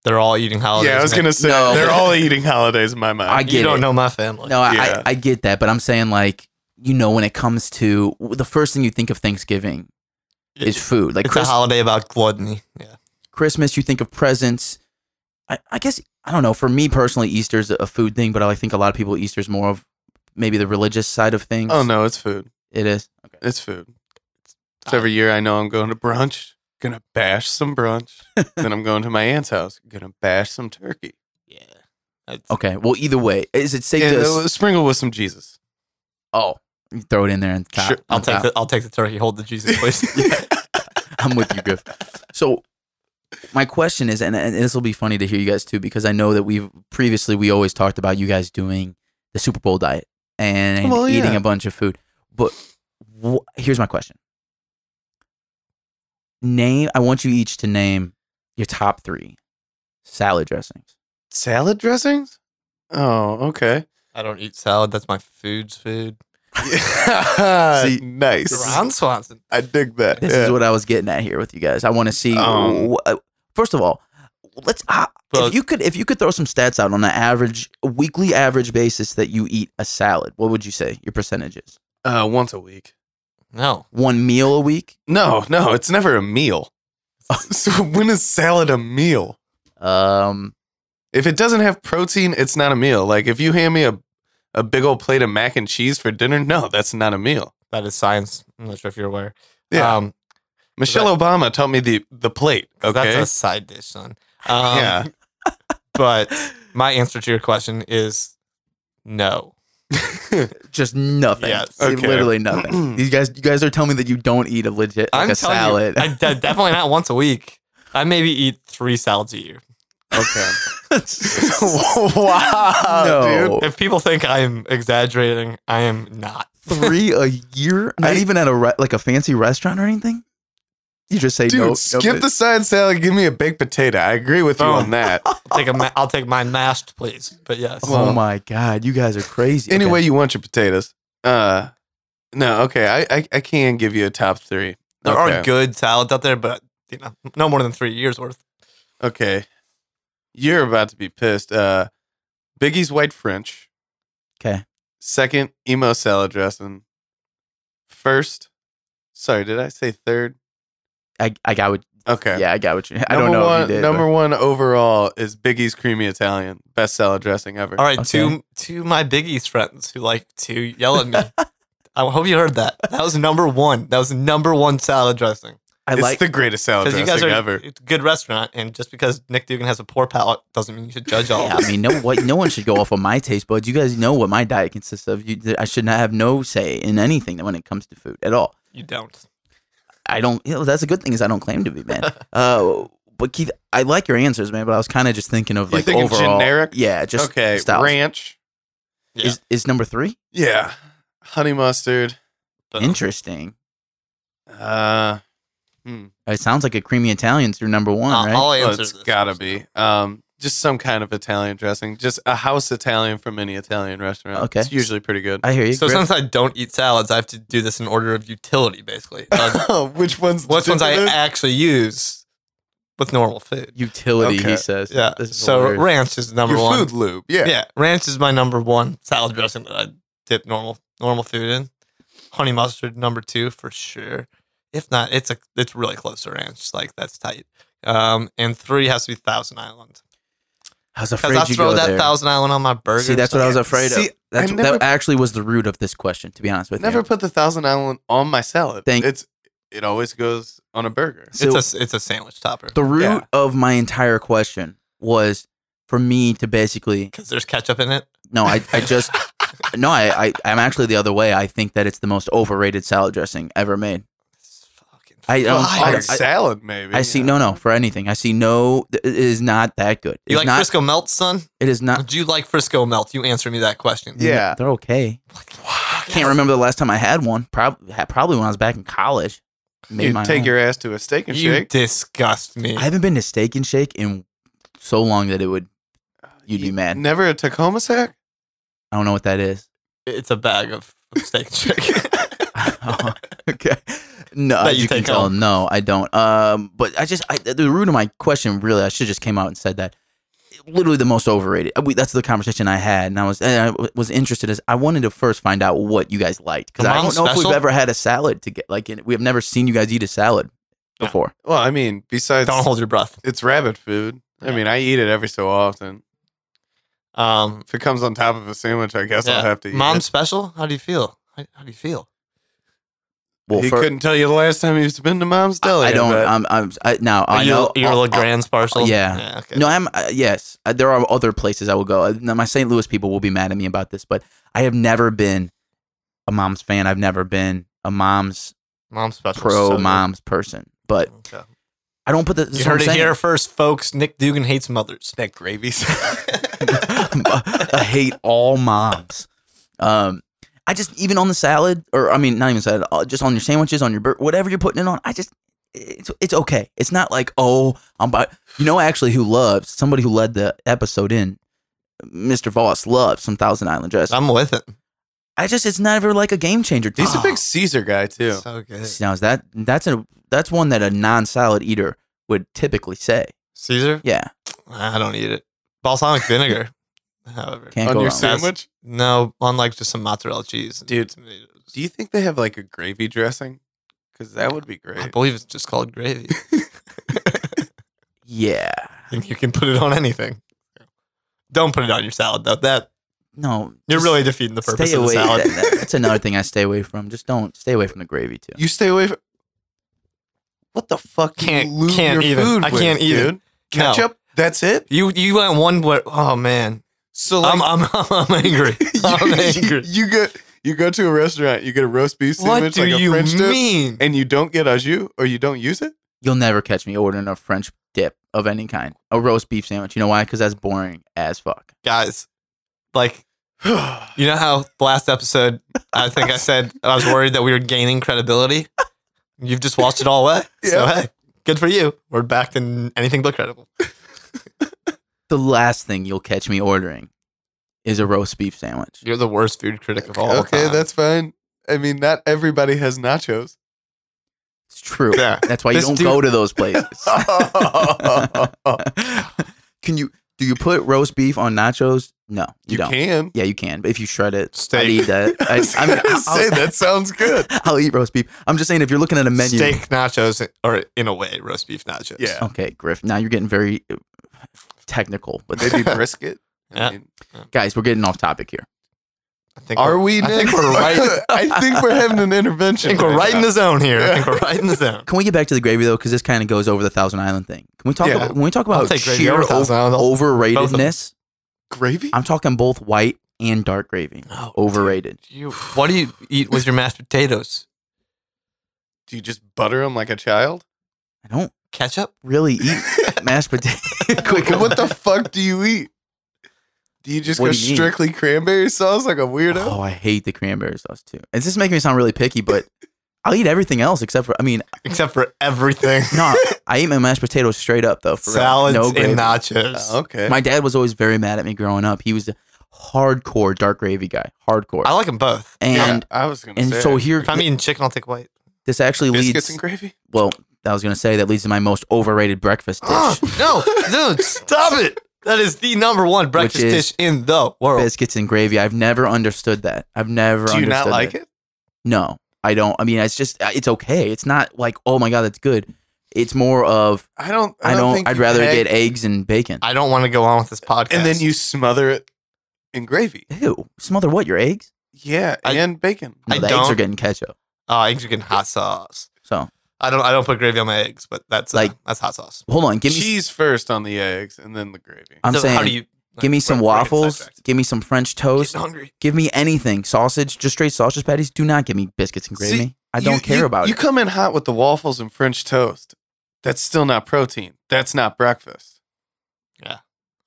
Speaker 2: They're all eating holidays.
Speaker 6: yeah, I was
Speaker 2: Nick.
Speaker 6: gonna say
Speaker 5: No.
Speaker 6: they're all eating holidays in my mind.
Speaker 5: I get
Speaker 2: you don't
Speaker 5: it.
Speaker 2: know my family.
Speaker 5: No, I,
Speaker 6: Yeah.
Speaker 5: I, I get that, but I'm saying like you know when it comes to the first thing you think of Thanksgiving is food. Like
Speaker 2: it's
Speaker 5: Chris-
Speaker 2: a holiday about gluttony. Yeah.
Speaker 5: Christmas, you think of presents. I, I guess I don't know. For me personally, Easter's a food thing, but I think a lot of people Easter's more of maybe the religious side of things.
Speaker 6: oh no, it's food.
Speaker 5: it is.
Speaker 6: It's food. It's
Speaker 5: Ah.
Speaker 6: every year I know I'm going to brunch. Gonna bash some brunch. then I'm going to my aunt's house. Gonna bash some turkey.
Speaker 2: Yeah. That's-
Speaker 5: Okay. Well, either way, is it safe
Speaker 6: And
Speaker 5: to?
Speaker 6: uh, sprinkle with some Jesus.
Speaker 5: Oh, you throw it in there and top.
Speaker 6: Sure,
Speaker 2: I'll
Speaker 5: on
Speaker 2: take
Speaker 5: top.
Speaker 2: the I'll take the turkey. Hold the Jesus, please.
Speaker 5: I'm with you, Griff. So my question is, and, and this will be funny to hear you guys too, because I know that we've previously we always talked about you guys doing the Super Bowl diet and
Speaker 6: Well, yeah.
Speaker 5: eating a bunch of food. But wh- here's my question: Name. I want you each to name your top three salad dressings.
Speaker 6: Salad dressings? Oh, okay.
Speaker 2: I don't eat salad. That's my food's food.
Speaker 6: See, nice.
Speaker 2: Ron Swanson.
Speaker 6: I dig that.
Speaker 5: This is
Speaker 6: Yeah.
Speaker 5: what I was getting at here with you guys. I want to see.
Speaker 6: Um,
Speaker 5: wh- uh, first of all, let's. Uh,
Speaker 2: But
Speaker 5: if you could, if you could throw some stats out on an average weekly average basis that you eat a salad, what would you say your percentage is?
Speaker 6: uh, once a week.
Speaker 2: no,
Speaker 5: One meal a week?
Speaker 6: No, no, it's never a meal. so when is salad a meal?
Speaker 5: Um,
Speaker 6: If it doesn't have protein, it's not a meal. Like if you hand me a a big old plate of mac and cheese for dinner, no, that's not a meal.
Speaker 2: that is science. I'm not sure if you're aware.
Speaker 6: Yeah.
Speaker 2: Um,
Speaker 6: Michelle
Speaker 2: that-
Speaker 6: Obama taught me the the plate.
Speaker 2: 'cause
Speaker 6: Okay.
Speaker 2: That's a side dish, son. Um,
Speaker 6: yeah.
Speaker 2: But my answer to your question is no.
Speaker 5: just nothing.
Speaker 2: Yes.
Speaker 6: Okay.
Speaker 5: Literally nothing. These guys, you guys are telling me that you don't eat a legit like
Speaker 2: I'm
Speaker 5: a
Speaker 2: telling
Speaker 5: salad.
Speaker 2: You, I, de- definitely not once a week. I maybe eat three salads a year.
Speaker 6: Okay. wow,
Speaker 5: no,
Speaker 2: if people think I'm exaggerating, I am not.
Speaker 5: three a year? Not
Speaker 6: I-
Speaker 5: even at a re- like a fancy restaurant or anything. You just say
Speaker 6: dude.
Speaker 5: no. no
Speaker 6: skip
Speaker 5: bid.
Speaker 6: the side salad. Give me a baked potato. I agree with you
Speaker 2: Oh.
Speaker 6: on that.
Speaker 2: I'll take a ma- I'll take my mast, please. But yes,
Speaker 5: Oh my god, you guys are crazy.
Speaker 6: Any
Speaker 5: Okay.
Speaker 6: way you want your potatoes. Uh, no, okay. I, I I can give you a top three.
Speaker 2: there
Speaker 6: Okay.
Speaker 2: are good salads out there, but you know, no more than three years worth.
Speaker 6: Okay, you're about to be pissed. Uh, Biggie's white French.
Speaker 5: Okay.
Speaker 6: Second, emo salad dressing. First, sorry, did I say third?
Speaker 5: I, I got what.
Speaker 6: Okay.
Speaker 5: Yeah, I got what you. I don't
Speaker 6: number
Speaker 5: know.
Speaker 6: One,
Speaker 5: if you did,
Speaker 6: number one overall is Biggie's creamy Italian, best salad dressing ever.
Speaker 2: All right,
Speaker 5: Okay.
Speaker 2: two two of my biggies friends who like to yell at me. I hope you heard that. That was number one. That was number one salad dressing.
Speaker 5: but I
Speaker 6: it's
Speaker 5: like.
Speaker 6: the greatest
Speaker 5: Oh,
Speaker 6: salad
Speaker 2: Because you
Speaker 6: dressing
Speaker 2: guys are
Speaker 6: ever.
Speaker 2: it's a good restaurant, and just because Nick Dugan has a poor palate doesn't mean you should judge all.
Speaker 5: yeah,
Speaker 2: of
Speaker 5: I
Speaker 2: us.
Speaker 5: mean, no what no one should go off of my taste buds. You guys know what my diet consists of. You, I should not have no say in anything when it comes to food at all.
Speaker 2: you don't.
Speaker 5: I don't. You know, that's a good thing is I don't claim to be man. uh, but Keith, I like your answers, man. But I was kind of just thinking of
Speaker 6: You're
Speaker 5: like
Speaker 6: thinking
Speaker 5: overall.
Speaker 6: generic?
Speaker 5: Yeah, just
Speaker 6: okay,
Speaker 5: styles.
Speaker 6: ranch.
Speaker 2: Yeah.
Speaker 5: Is is number three
Speaker 6: Yeah, honey mustard.
Speaker 2: But
Speaker 5: interesting?
Speaker 6: Uh,
Speaker 5: It sounds like a creamy Italian through number one,
Speaker 2: I'll,
Speaker 5: right?
Speaker 2: I'll
Speaker 6: well,
Speaker 2: answer
Speaker 6: it's
Speaker 2: this.
Speaker 6: gotta be. Um, just some kind of Italian dressing. Just a house Italian from any Italian restaurant.
Speaker 5: Okay.
Speaker 6: it's usually pretty good.
Speaker 5: I hear you.
Speaker 2: So
Speaker 5: Griff.
Speaker 2: since I don't eat salads, I have to do this in order of utility, basically. Uh,
Speaker 6: Which ones?
Speaker 2: which ones I
Speaker 6: legitimate?
Speaker 2: actually use with normal food.
Speaker 5: utility,
Speaker 6: Okay.
Speaker 5: he says.
Speaker 2: Yeah.
Speaker 5: This is
Speaker 2: So
Speaker 5: hilarious.
Speaker 2: ranch is number
Speaker 6: Your
Speaker 2: one.
Speaker 6: food lube. Yeah.
Speaker 2: yeah. ranch is my number one salad dressing that I dip normal normal food in. Honey mustard number two for sure. If not, it's a it's really close to ranch. Like that's tight. Um, and three has to be Thousand Island
Speaker 5: I was
Speaker 2: because
Speaker 5: afraid
Speaker 2: I
Speaker 5: you
Speaker 2: throw
Speaker 5: go
Speaker 2: that
Speaker 5: there.
Speaker 2: Thousand Island on my burger.
Speaker 5: See, that's what I was afraid
Speaker 6: See,
Speaker 5: of. That's,
Speaker 6: I never-
Speaker 5: that actually was the root of this question, to be honest with
Speaker 6: Never
Speaker 5: you.
Speaker 6: put the Thousand Island on my salad.
Speaker 5: Thank-
Speaker 6: it's it always goes on a burger.
Speaker 5: So-
Speaker 2: it's a it's a sandwich topper
Speaker 5: The root
Speaker 6: Yeah.
Speaker 5: of my entire question was for me to basically
Speaker 2: because there's ketchup in it.
Speaker 5: No, I, I just no, I, I I'm actually the other way. I think that it's the most overrated salad dressing ever made.
Speaker 2: It's fucking
Speaker 5: I don't-
Speaker 6: On
Speaker 2: fire.
Speaker 5: I-
Speaker 6: salad, maybe.
Speaker 5: I see no no for anything. I see no. It is not that good. It's
Speaker 2: you like
Speaker 5: not.
Speaker 2: Frisco Melt, son?
Speaker 5: It is not.
Speaker 2: Would you like Frisco Melt? You answer me that question.
Speaker 6: Yeah.
Speaker 5: they're okay. Can't remember the last time I had one. Probably probably when I was back in college. Made
Speaker 6: You
Speaker 5: my
Speaker 6: take
Speaker 5: own.
Speaker 6: your ass to a steak and
Speaker 2: You
Speaker 6: shake.
Speaker 2: disgust me.
Speaker 5: I haven't been to Steak and Shake in so long that it would. You'd be
Speaker 6: Uh, You
Speaker 5: mad.
Speaker 6: Never a Tacoma sack.
Speaker 5: I don't know what that is.
Speaker 2: it's a bag of of steak and shake.
Speaker 5: okay. No,
Speaker 2: That
Speaker 5: as
Speaker 2: you
Speaker 5: you, can
Speaker 2: take
Speaker 5: tell.
Speaker 2: home.
Speaker 5: No, I don't. Um, but I just I, the root of my question really, I should just came out and said that. Literally the most overrated. We, that's the conversation I had, and I was and I w- was interested. Is I wanted to first find out what you guys liked because
Speaker 2: Come
Speaker 5: I
Speaker 2: on,
Speaker 5: don't know if
Speaker 2: special?
Speaker 5: we've ever had a salad to get like in, we have never seen you guys eat a salad
Speaker 2: No.
Speaker 5: before.
Speaker 6: Well, I mean, besides
Speaker 2: Don't hold your breath.
Speaker 6: it's rabbit food. I mean, I eat it every so often.
Speaker 2: Um,
Speaker 6: If it comes on top of a sandwich, I guess
Speaker 2: yeah.
Speaker 6: I'll have to eat
Speaker 2: Mom
Speaker 6: it.
Speaker 2: special? How do you feel? How, how do you feel?
Speaker 5: Well,
Speaker 6: he
Speaker 5: fir-
Speaker 6: couldn't tell you the last time he's been to Mom's
Speaker 2: Oh,
Speaker 6: deli.
Speaker 5: I don't.
Speaker 6: but-
Speaker 5: I'm. I'm. I, now I
Speaker 2: you,
Speaker 5: know.
Speaker 2: Your
Speaker 5: I'll- I'll-
Speaker 2: Legrand's parcel?
Speaker 5: yeah.
Speaker 2: okay.
Speaker 5: No, I'm uh, yes. Uh, there are other places I will go. Uh, Now, my St. Louis people will be mad at me about this, but I have never been a mom's fan. I've never been a mom's
Speaker 2: Mom special.
Speaker 5: pro mom's person. But
Speaker 2: Okay.
Speaker 5: I don't put the.
Speaker 2: You heard it here first, folks. Nick Dugan hates mothers. That gravy.
Speaker 5: I hate all moms. Um, I just even on the salad, or I mean, not even salad, uh, just on your sandwiches, on your bur- whatever you're putting it on. I just it's it's okay. It's not like oh, I'm by. You know, actually, who loves somebody who led the episode in. Mr. Voss loves some Thousand Island dressing.
Speaker 2: I'm with it.
Speaker 5: I just it's never like a game changer.
Speaker 6: he's a
Speaker 5: Ah.
Speaker 6: big Caesar guy too.
Speaker 2: So good.
Speaker 5: See, now is that that's a that's one that a non salad eater would typically say.
Speaker 2: Caesar?
Speaker 5: Yeah,
Speaker 2: I don't eat it. Balsamic vinegar, however.
Speaker 5: can't
Speaker 6: On
Speaker 5: go
Speaker 6: your
Speaker 5: wrong.
Speaker 2: That's-
Speaker 6: sandwich?
Speaker 2: No, unlike just some mozzarella cheese. and
Speaker 6: Dude,
Speaker 2: tomatoes.
Speaker 6: Do you think they have like a gravy dressing? Because that would be
Speaker 2: I
Speaker 6: great.
Speaker 2: believe it's just called gravy.
Speaker 5: Yeah,
Speaker 2: and you can put it on anything. Don't put it on your salad though. That
Speaker 5: no,
Speaker 2: you're
Speaker 5: just
Speaker 2: really defeating the purpose
Speaker 5: stay
Speaker 2: of the
Speaker 5: away.
Speaker 2: salad.
Speaker 5: That- that- that's another thing I stay away from. Just don't stay away from the gravy too.
Speaker 6: You stay away from. What the fuck? do you
Speaker 2: Can't-
Speaker 6: lube
Speaker 2: can't
Speaker 6: your
Speaker 2: even.
Speaker 6: food
Speaker 2: I can't
Speaker 6: with,
Speaker 2: even.
Speaker 6: Dude? Ketchup. That's it.
Speaker 2: You you went one where oh man.
Speaker 6: So
Speaker 2: I'm I'm I'm angry. I'm
Speaker 6: you,
Speaker 2: angry.
Speaker 6: you go you go to a restaurant, you get a roast beef
Speaker 2: What
Speaker 6: sandwich
Speaker 2: do
Speaker 6: like a
Speaker 2: you
Speaker 6: French dip,
Speaker 2: mean?
Speaker 6: and you don't get au jus or you don't use it.
Speaker 5: You'll never catch me ordering a French dip of any kind, a roast beef sandwich. You know why? Because that's boring as fuck.
Speaker 2: guys. Like, you know how last episode I think I said I was worried that we were gaining credibility. You've just watched it all away. So hey, good for you. We're back to n- anything but credible.
Speaker 5: The last thing you'll catch me ordering is a roast beef sandwich.
Speaker 2: You're the worst food critic of all
Speaker 6: okay,
Speaker 2: time.
Speaker 6: that's fine. I mean, not everybody has nachos.
Speaker 5: It's true.
Speaker 2: Yeah.
Speaker 5: That's why you
Speaker 2: This
Speaker 5: don't
Speaker 2: dude-
Speaker 5: go to those places. can you? Do you put roast beef on nachos? No, you,
Speaker 6: you
Speaker 5: don't.
Speaker 6: can.
Speaker 5: Yeah, you can. But if you shred it,
Speaker 2: Steak.
Speaker 5: I'd eat that. I,
Speaker 6: I was
Speaker 5: I
Speaker 6: gonna
Speaker 5: mean, I'll,
Speaker 6: say that sounds good.
Speaker 5: I'll eat roast beef. I'm just saying, if you're looking at a menu,
Speaker 2: Steak nachos, or in a way, roast beef nachos.
Speaker 6: Yeah.
Speaker 5: Okay, Griff. Now you're getting very uh, technical, but
Speaker 6: Maybe brisket.
Speaker 2: Yeah.
Speaker 6: I mean,
Speaker 5: guys, we're getting off topic here.
Speaker 2: I think
Speaker 6: are
Speaker 2: we're,
Speaker 6: we?
Speaker 2: I think
Speaker 6: Nick?
Speaker 2: we're right.
Speaker 6: I think we're having an
Speaker 2: I
Speaker 6: intervention.
Speaker 2: think we're right in the zone here. I
Speaker 6: Yeah.
Speaker 2: think we're right in the zone.
Speaker 5: Can we get back to the gravy though? Because this kind of goes over the Thousand Island thing. Can we talk
Speaker 6: Yeah.
Speaker 5: about when we talk
Speaker 2: I'll
Speaker 5: about
Speaker 2: take gravy
Speaker 5: sheer
Speaker 2: over
Speaker 5: over
Speaker 2: Thousand Island.
Speaker 5: overratedness?
Speaker 6: gravy.
Speaker 5: I'm talking both white and dark gravy.
Speaker 2: Oh,
Speaker 5: Overrated.
Speaker 2: You, what do you eat with your mashed potatoes?
Speaker 6: Do you just butter them like a child?
Speaker 5: I don't
Speaker 2: Ketchup?
Speaker 5: really eat mashed potatoes.
Speaker 6: Quick, what the fuck do you eat? Do you just
Speaker 5: What
Speaker 6: go
Speaker 5: do you eat?
Speaker 6: strictly cranberry sauce like a weirdo?
Speaker 5: Oh, I hate the cranberry sauce too. And this is making me sound really picky, but I'll eat everything else except for. I mean,
Speaker 2: Except for everything.
Speaker 5: no, I eat my mashed potatoes straight up though. For real.
Speaker 2: Salads
Speaker 5: no gravy.
Speaker 2: and nachos.
Speaker 6: Oh, okay.
Speaker 5: My dad was always very mad at me growing up. He was a hardcore dark gravy guy, hardcore.
Speaker 2: I like them both.
Speaker 5: and
Speaker 6: Yeah, I was gonna
Speaker 5: and
Speaker 6: say
Speaker 5: so here,
Speaker 2: If I'm eating chicken, I'll take white.
Speaker 5: this actually
Speaker 6: biscuits
Speaker 5: leads.
Speaker 6: and gravy.
Speaker 5: well, I was gonna say that leads to my most overrated breakfast
Speaker 2: Oh,
Speaker 5: dish:
Speaker 2: no, dude, stop it. That is the number one breakfast
Speaker 5: is-
Speaker 2: dish in the world.
Speaker 5: biscuits and gravy. I've never understood that. I've never.
Speaker 6: Do you not
Speaker 5: understood
Speaker 6: like
Speaker 5: that.
Speaker 6: it?
Speaker 5: No, I don't. I mean, it's just uh, it's okay. It's not like oh my god, that's good. It's more of
Speaker 6: I don't.
Speaker 5: I
Speaker 6: don't
Speaker 5: don't.
Speaker 6: think
Speaker 5: I'd
Speaker 6: you
Speaker 5: rather
Speaker 6: can.
Speaker 5: get eggs and bacon.
Speaker 2: I don't want to go on with this podcast.
Speaker 6: And then you smother it in gravy.
Speaker 5: Ew, smother what? Your eggs?
Speaker 6: Yeah,
Speaker 2: I-
Speaker 6: and bacon.
Speaker 5: No,
Speaker 2: I
Speaker 5: the eggs are
Speaker 2: don't.
Speaker 5: getting ketchup.
Speaker 2: oh, eggs are getting hot sauce.
Speaker 5: So
Speaker 2: I don't. I don't put gravy on my eggs, but that's like
Speaker 5: Like-
Speaker 2: that's hot sauce.
Speaker 5: hold on, give me.
Speaker 6: Cheese first on the eggs, and then the gravy.
Speaker 5: I'm
Speaker 2: so
Speaker 5: saying,
Speaker 2: how do you
Speaker 5: give me some
Speaker 2: we're- we're getting
Speaker 5: waffles.
Speaker 2: sidetracked.
Speaker 5: Give me some French
Speaker 2: Getting
Speaker 5: toast.
Speaker 2: hungry.
Speaker 5: Give me anything. Sausage, just straight sausage patties. Do not give me biscuits and gravy.
Speaker 6: See,
Speaker 5: I don't
Speaker 6: You-
Speaker 5: care
Speaker 6: you-
Speaker 5: about
Speaker 6: You
Speaker 5: it.
Speaker 6: come in hot with the waffles and French toast. That's still not protein. That's not breakfast.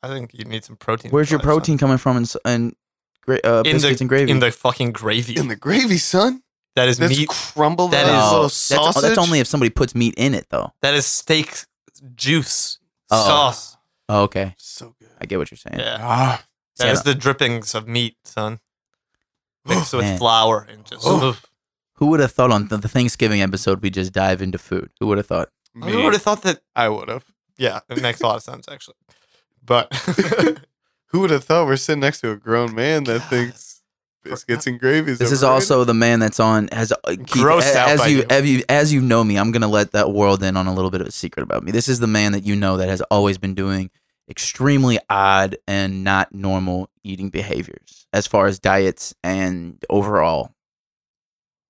Speaker 2: I think you need some protein.
Speaker 5: Where's your
Speaker 2: for that, son.
Speaker 5: protein coming from in, s- in gra- uh,
Speaker 2: In
Speaker 5: biscuits
Speaker 2: the
Speaker 5: and gravy?
Speaker 2: in the fucking gravy?
Speaker 6: In the gravy, son.
Speaker 2: that is
Speaker 6: That's
Speaker 2: meat.
Speaker 6: crumbled
Speaker 2: That
Speaker 6: that
Speaker 2: is-
Speaker 6: is, little
Speaker 5: that's, oh,
Speaker 6: sausage.
Speaker 5: that's only if somebody puts meat in it, though.
Speaker 2: that is steak juice
Speaker 5: Oh.
Speaker 2: sauce.
Speaker 5: Oh, okay,
Speaker 6: so good.
Speaker 5: I get what you're saying.
Speaker 2: Yeah,
Speaker 6: Ah,
Speaker 5: See,
Speaker 2: that
Speaker 5: I
Speaker 2: is
Speaker 5: don't-
Speaker 2: the drippings of meat, son. Mixed with
Speaker 5: Oh, Man.
Speaker 2: flour and just.
Speaker 6: Oh.
Speaker 2: oof.
Speaker 5: Who would have thought on the, the Thanksgiving episode we just dive into food? Who would have thought?
Speaker 6: me.
Speaker 2: Who would have thought that?
Speaker 6: I would have.
Speaker 2: Yeah, it makes a lot of sense actually. But
Speaker 6: Who would have thought we're sitting next to a grown man that thinks biscuits and gravy?
Speaker 5: This is also the man that's on has uh, Keith,
Speaker 2: Grossed
Speaker 5: a-
Speaker 2: out
Speaker 5: as
Speaker 2: by
Speaker 5: you,
Speaker 2: you.
Speaker 5: as you as you know me, I'm gonna let that world in on a little bit of a secret about me. This is the man that you know that has always been doing extremely odd and not normal eating behaviors as far as diets and overall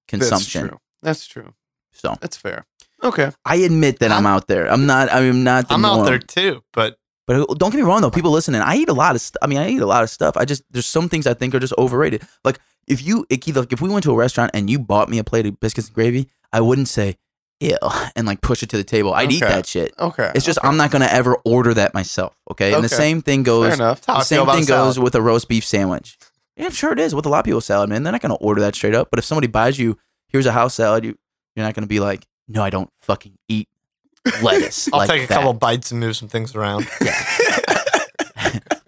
Speaker 5: consumption.
Speaker 6: That's true. That's true.
Speaker 5: So
Speaker 6: That's fair. Okay.
Speaker 5: I admit that I'm, out there. I'm not. I'm not. The
Speaker 2: I'm out
Speaker 5: norm.
Speaker 2: there too. But
Speaker 5: But don't get me wrong though, people listening, I eat a lot of stuff. I mean, I eat a lot of stuff. I just there's some things I think are just overrated. Like if you like, like if we went to a restaurant and you bought me a plate of biscuits and gravy, I wouldn't say ew and like push it to the table. I'd eat
Speaker 6: Okay.
Speaker 5: that shit.
Speaker 6: Okay.
Speaker 5: It's just I'm not gonna ever order that myself. Okay. And the
Speaker 6: Okay.
Speaker 5: same thing
Speaker 6: fair
Speaker 5: goes
Speaker 6: enough.
Speaker 2: That's how I
Speaker 5: the
Speaker 2: feel
Speaker 5: same
Speaker 2: about
Speaker 5: thing
Speaker 2: salad.
Speaker 5: goes with a roast beef sandwich. Yeah, sure it is with a lot of people salad, man. They're not gonna order that straight up. But if somebody buys you, here's a house salad, you you're not gonna be like, No, I don't fucking eat lettuce.
Speaker 2: I'll
Speaker 5: like
Speaker 2: take a
Speaker 5: that.
Speaker 2: couple bites and move some things around.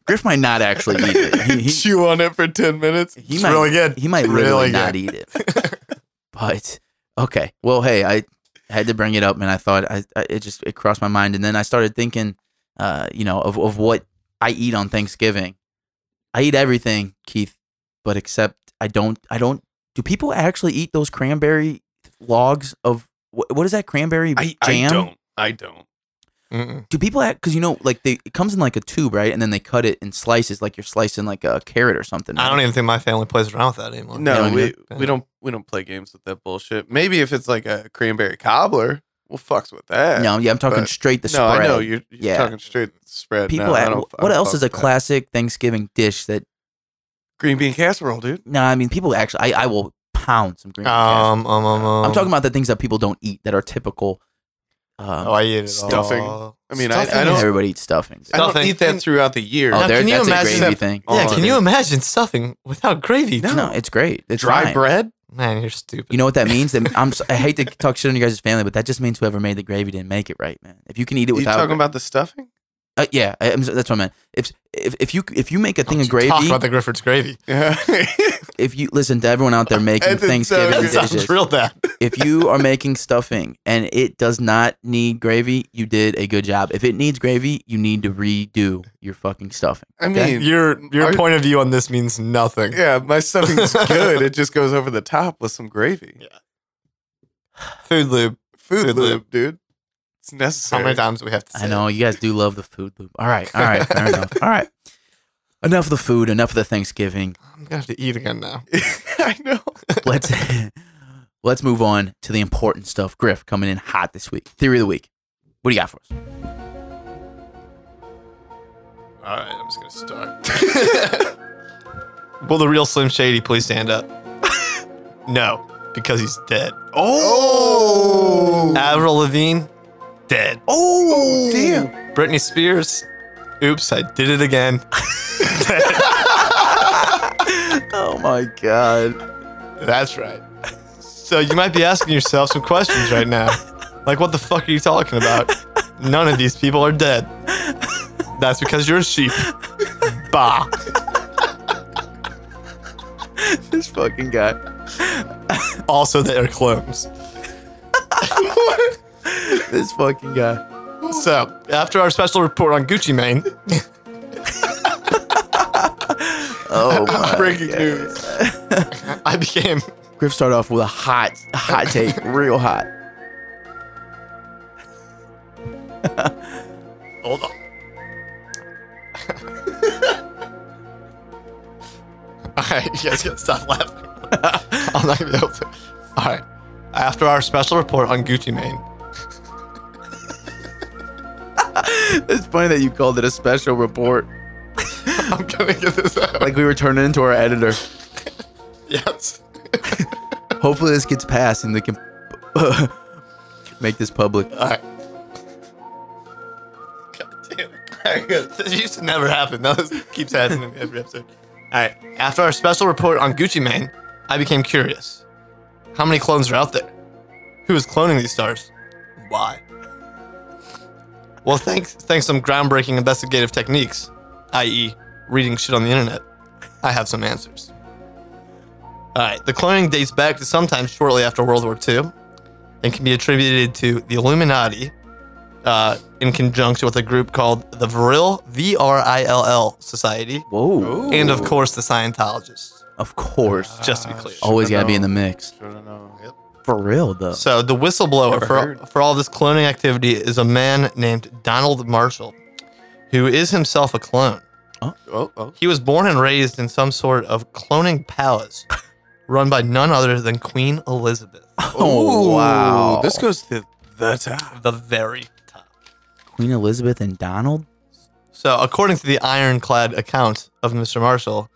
Speaker 5: Griff might not actually eat it. He- he-
Speaker 6: Chew on it for ten minutes.
Speaker 5: He might,
Speaker 2: good.
Speaker 5: He might
Speaker 2: Really
Speaker 5: literally not eat it. but okay, well, hey, I had to bring it up, and I thought I, I it just it crossed my mind, and then I started thinking, uh, you know, of of what I eat on Thanksgiving. I eat everything, Keith, but except I don't. I don't. Do people actually eat those cranberry logs of wh- what is that cranberry
Speaker 6: I, I
Speaker 5: jam?
Speaker 6: don't. I don't.
Speaker 2: Mm-mm.
Speaker 5: Do people act because you know, like they it comes in like a tube, right? And then they cut it in slices, like you're slicing like a carrot or something.
Speaker 2: I
Speaker 5: right?
Speaker 2: don't even think my family plays around with that anymore.
Speaker 5: Yeah, I
Speaker 6: No,
Speaker 5: mean,
Speaker 6: we,
Speaker 2: yeah.
Speaker 6: we don't we don't play games with that bullshit. Maybe if it's like a cranberry cobbler, we'll fucks with that.
Speaker 5: No, yeah, I'm talking
Speaker 6: but-
Speaker 5: straight the
Speaker 6: no,
Speaker 5: spread.
Speaker 6: I know you're, you're
Speaker 5: Yeah.
Speaker 6: talking straight spread.
Speaker 5: People,
Speaker 6: no, I
Speaker 5: at-
Speaker 6: don't- I
Speaker 5: what
Speaker 6: don't
Speaker 5: else
Speaker 6: fuck
Speaker 5: is a
Speaker 6: with that.
Speaker 5: classic Thanksgiving dish that?
Speaker 6: Green bean casserole, dude.
Speaker 5: No, I mean people actually. I, I will pound some green. bean casserole.
Speaker 2: Um, um, um, um,
Speaker 5: I'm talking about the things that people don't eat that are typical Uh,
Speaker 2: Oh, I eat it
Speaker 6: Stuffing.
Speaker 2: all.
Speaker 6: I mean,
Speaker 5: stuffing
Speaker 6: I, I
Speaker 5: is-
Speaker 6: don't.
Speaker 5: everybody eats stuffing.
Speaker 6: I don't
Speaker 2: Stuffing.
Speaker 6: eat that throughout the year.
Speaker 5: Oh,
Speaker 2: Now,
Speaker 5: there,
Speaker 2: can you
Speaker 5: that's a
Speaker 2: imagine-
Speaker 5: gravy thing.
Speaker 6: Oh,
Speaker 2: yeah,
Speaker 6: I
Speaker 2: can you imagine stuffing without gravy?
Speaker 5: No, it's great. It's
Speaker 6: dry
Speaker 5: fine.
Speaker 6: bread?
Speaker 2: Man, you're stupid.
Speaker 5: You know what that means? That- I'm, si hate to talk shit on your guys' family, but that just means whoever made the gravy didn't make it right, man. If you can eat it
Speaker 6: You
Speaker 5: without,
Speaker 6: talking about the stuffing?
Speaker 5: Uh, yeah, I, am that's what I meant. If, if if you if you make a thing of gravy,
Speaker 2: Talk about the Griffords gravy.
Speaker 6: Yeah.
Speaker 5: if you listen to everyone out there making
Speaker 6: That didn't
Speaker 5: Thanksgiving
Speaker 6: sound good.
Speaker 2: That
Speaker 5: dishes,
Speaker 2: sounds real bad.
Speaker 5: if you are making stuffing and it does not need gravy, you did a good job. If it needs gravy, you need to redo your fucking stuffing.
Speaker 6: I
Speaker 5: Okay.
Speaker 6: mean,
Speaker 2: Your your
Speaker 6: Are-
Speaker 2: point of view on this means nothing.
Speaker 6: yeah, my stuffing's good. It just goes over the top with some gravy.
Speaker 2: Food lube.
Speaker 6: Food,
Speaker 2: Food
Speaker 6: loop, dude. It's necessary.
Speaker 2: How many times do we have to say?
Speaker 5: I know you guys do love the food loop. All right, all right, fair enough. All right, enough of the food, enough of the Thanksgiving.
Speaker 2: it? I'm gonna have to eat again now.
Speaker 6: I know.
Speaker 5: Let's let's move on to the important stuff. Griff coming in hot this week. Theory of the week. What do you got for us?
Speaker 2: All right, I'm just gonna start. Will the real Slim Shady please stand up? no, because he's dead.
Speaker 6: Oh.
Speaker 2: Avril Lavigne, dead.
Speaker 6: Oh. Damn.
Speaker 2: Britney Spears, oops, I did it again.
Speaker 5: Oh my god.
Speaker 2: That's right. So you might be asking yourself some questions right now. Like, what the fuck are you talking about? None of these people are dead. That's because you're a sheep. Bah.
Speaker 5: This fucking guy.
Speaker 2: Also, they are clones.
Speaker 5: This fucking guy.
Speaker 2: So, after our special report on Gucci Mane,
Speaker 5: Oh my.
Speaker 6: Breaking news.
Speaker 2: I became
Speaker 5: Griff started off with a hot, hot take, real hot.
Speaker 2: Hold on. Alright, you guys gotta stop laughing. I'm not gonna be able to. Alright. After our special report on Gucci Mane,
Speaker 5: It's funny that you called it a special report.
Speaker 2: I'm gonna get this out.
Speaker 5: Like we were turning into our editor.
Speaker 2: yes.
Speaker 5: Hopefully this gets passed and they can make this public.
Speaker 2: Alright. God damn it. This used to never happen. Now this keeps happening every episode. Alright. After our special report on Gucci Mane, I became curious. How many clones are out there? Who is cloning these stars? Why? Well, thanks thanks to some groundbreaking investigative techniques, i.e., reading shit on the internet, I have some answers. Alright, the cloning dates back to sometime shortly after World War II, and can be attributed to the Illuminati uh, in conjunction with a group called the Vril, V R I L L Society,
Speaker 5: Whoa.
Speaker 2: and of course the Scientologists,
Speaker 5: Of course.
Speaker 2: just to be clear.
Speaker 6: Oh.
Speaker 5: Always gotta be in the mix. For real though.
Speaker 2: So the whistleblower
Speaker 6: Never
Speaker 2: for,
Speaker 6: heard.
Speaker 2: for all this cloning activity is a man named Donald Marshall, who is himself a clone.
Speaker 6: Oh, oh.
Speaker 2: He was born and raised in some sort of cloning palace run by none other than Queen Elizabeth,
Speaker 5: Oh wow.
Speaker 6: This goes to the top.
Speaker 2: the very top.
Speaker 5: Queen Elizabeth and Donald?
Speaker 2: So, according to the ironclad account of Mr. Marshall,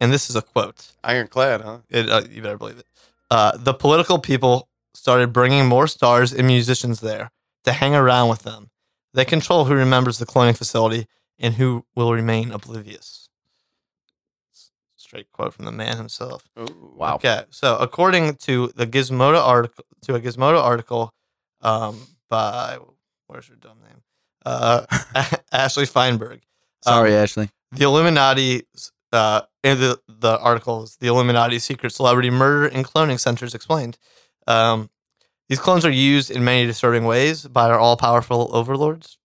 Speaker 2: and this is a quote,
Speaker 6: Ironclad, huh?
Speaker 2: it, uh, you better believe it. Uh, the political people started bringing more stars and musicians there to hang around with them. They control who remembers the cloning facility and who will remain oblivious. Straight quote from the man himself.
Speaker 5: Wow.
Speaker 2: Okay, so according to the Gizmodo article, to a Gizmodo article, um, by where's your dumb name, uh, Ashley Feinberg. Um,
Speaker 5: Sorry, Ashley.
Speaker 2: the Illuminati, uh, in the the articles, the Illuminati secret celebrity murder and cloning centers explained. Um, these clones are used in many disturbing ways by our all powerful overlords,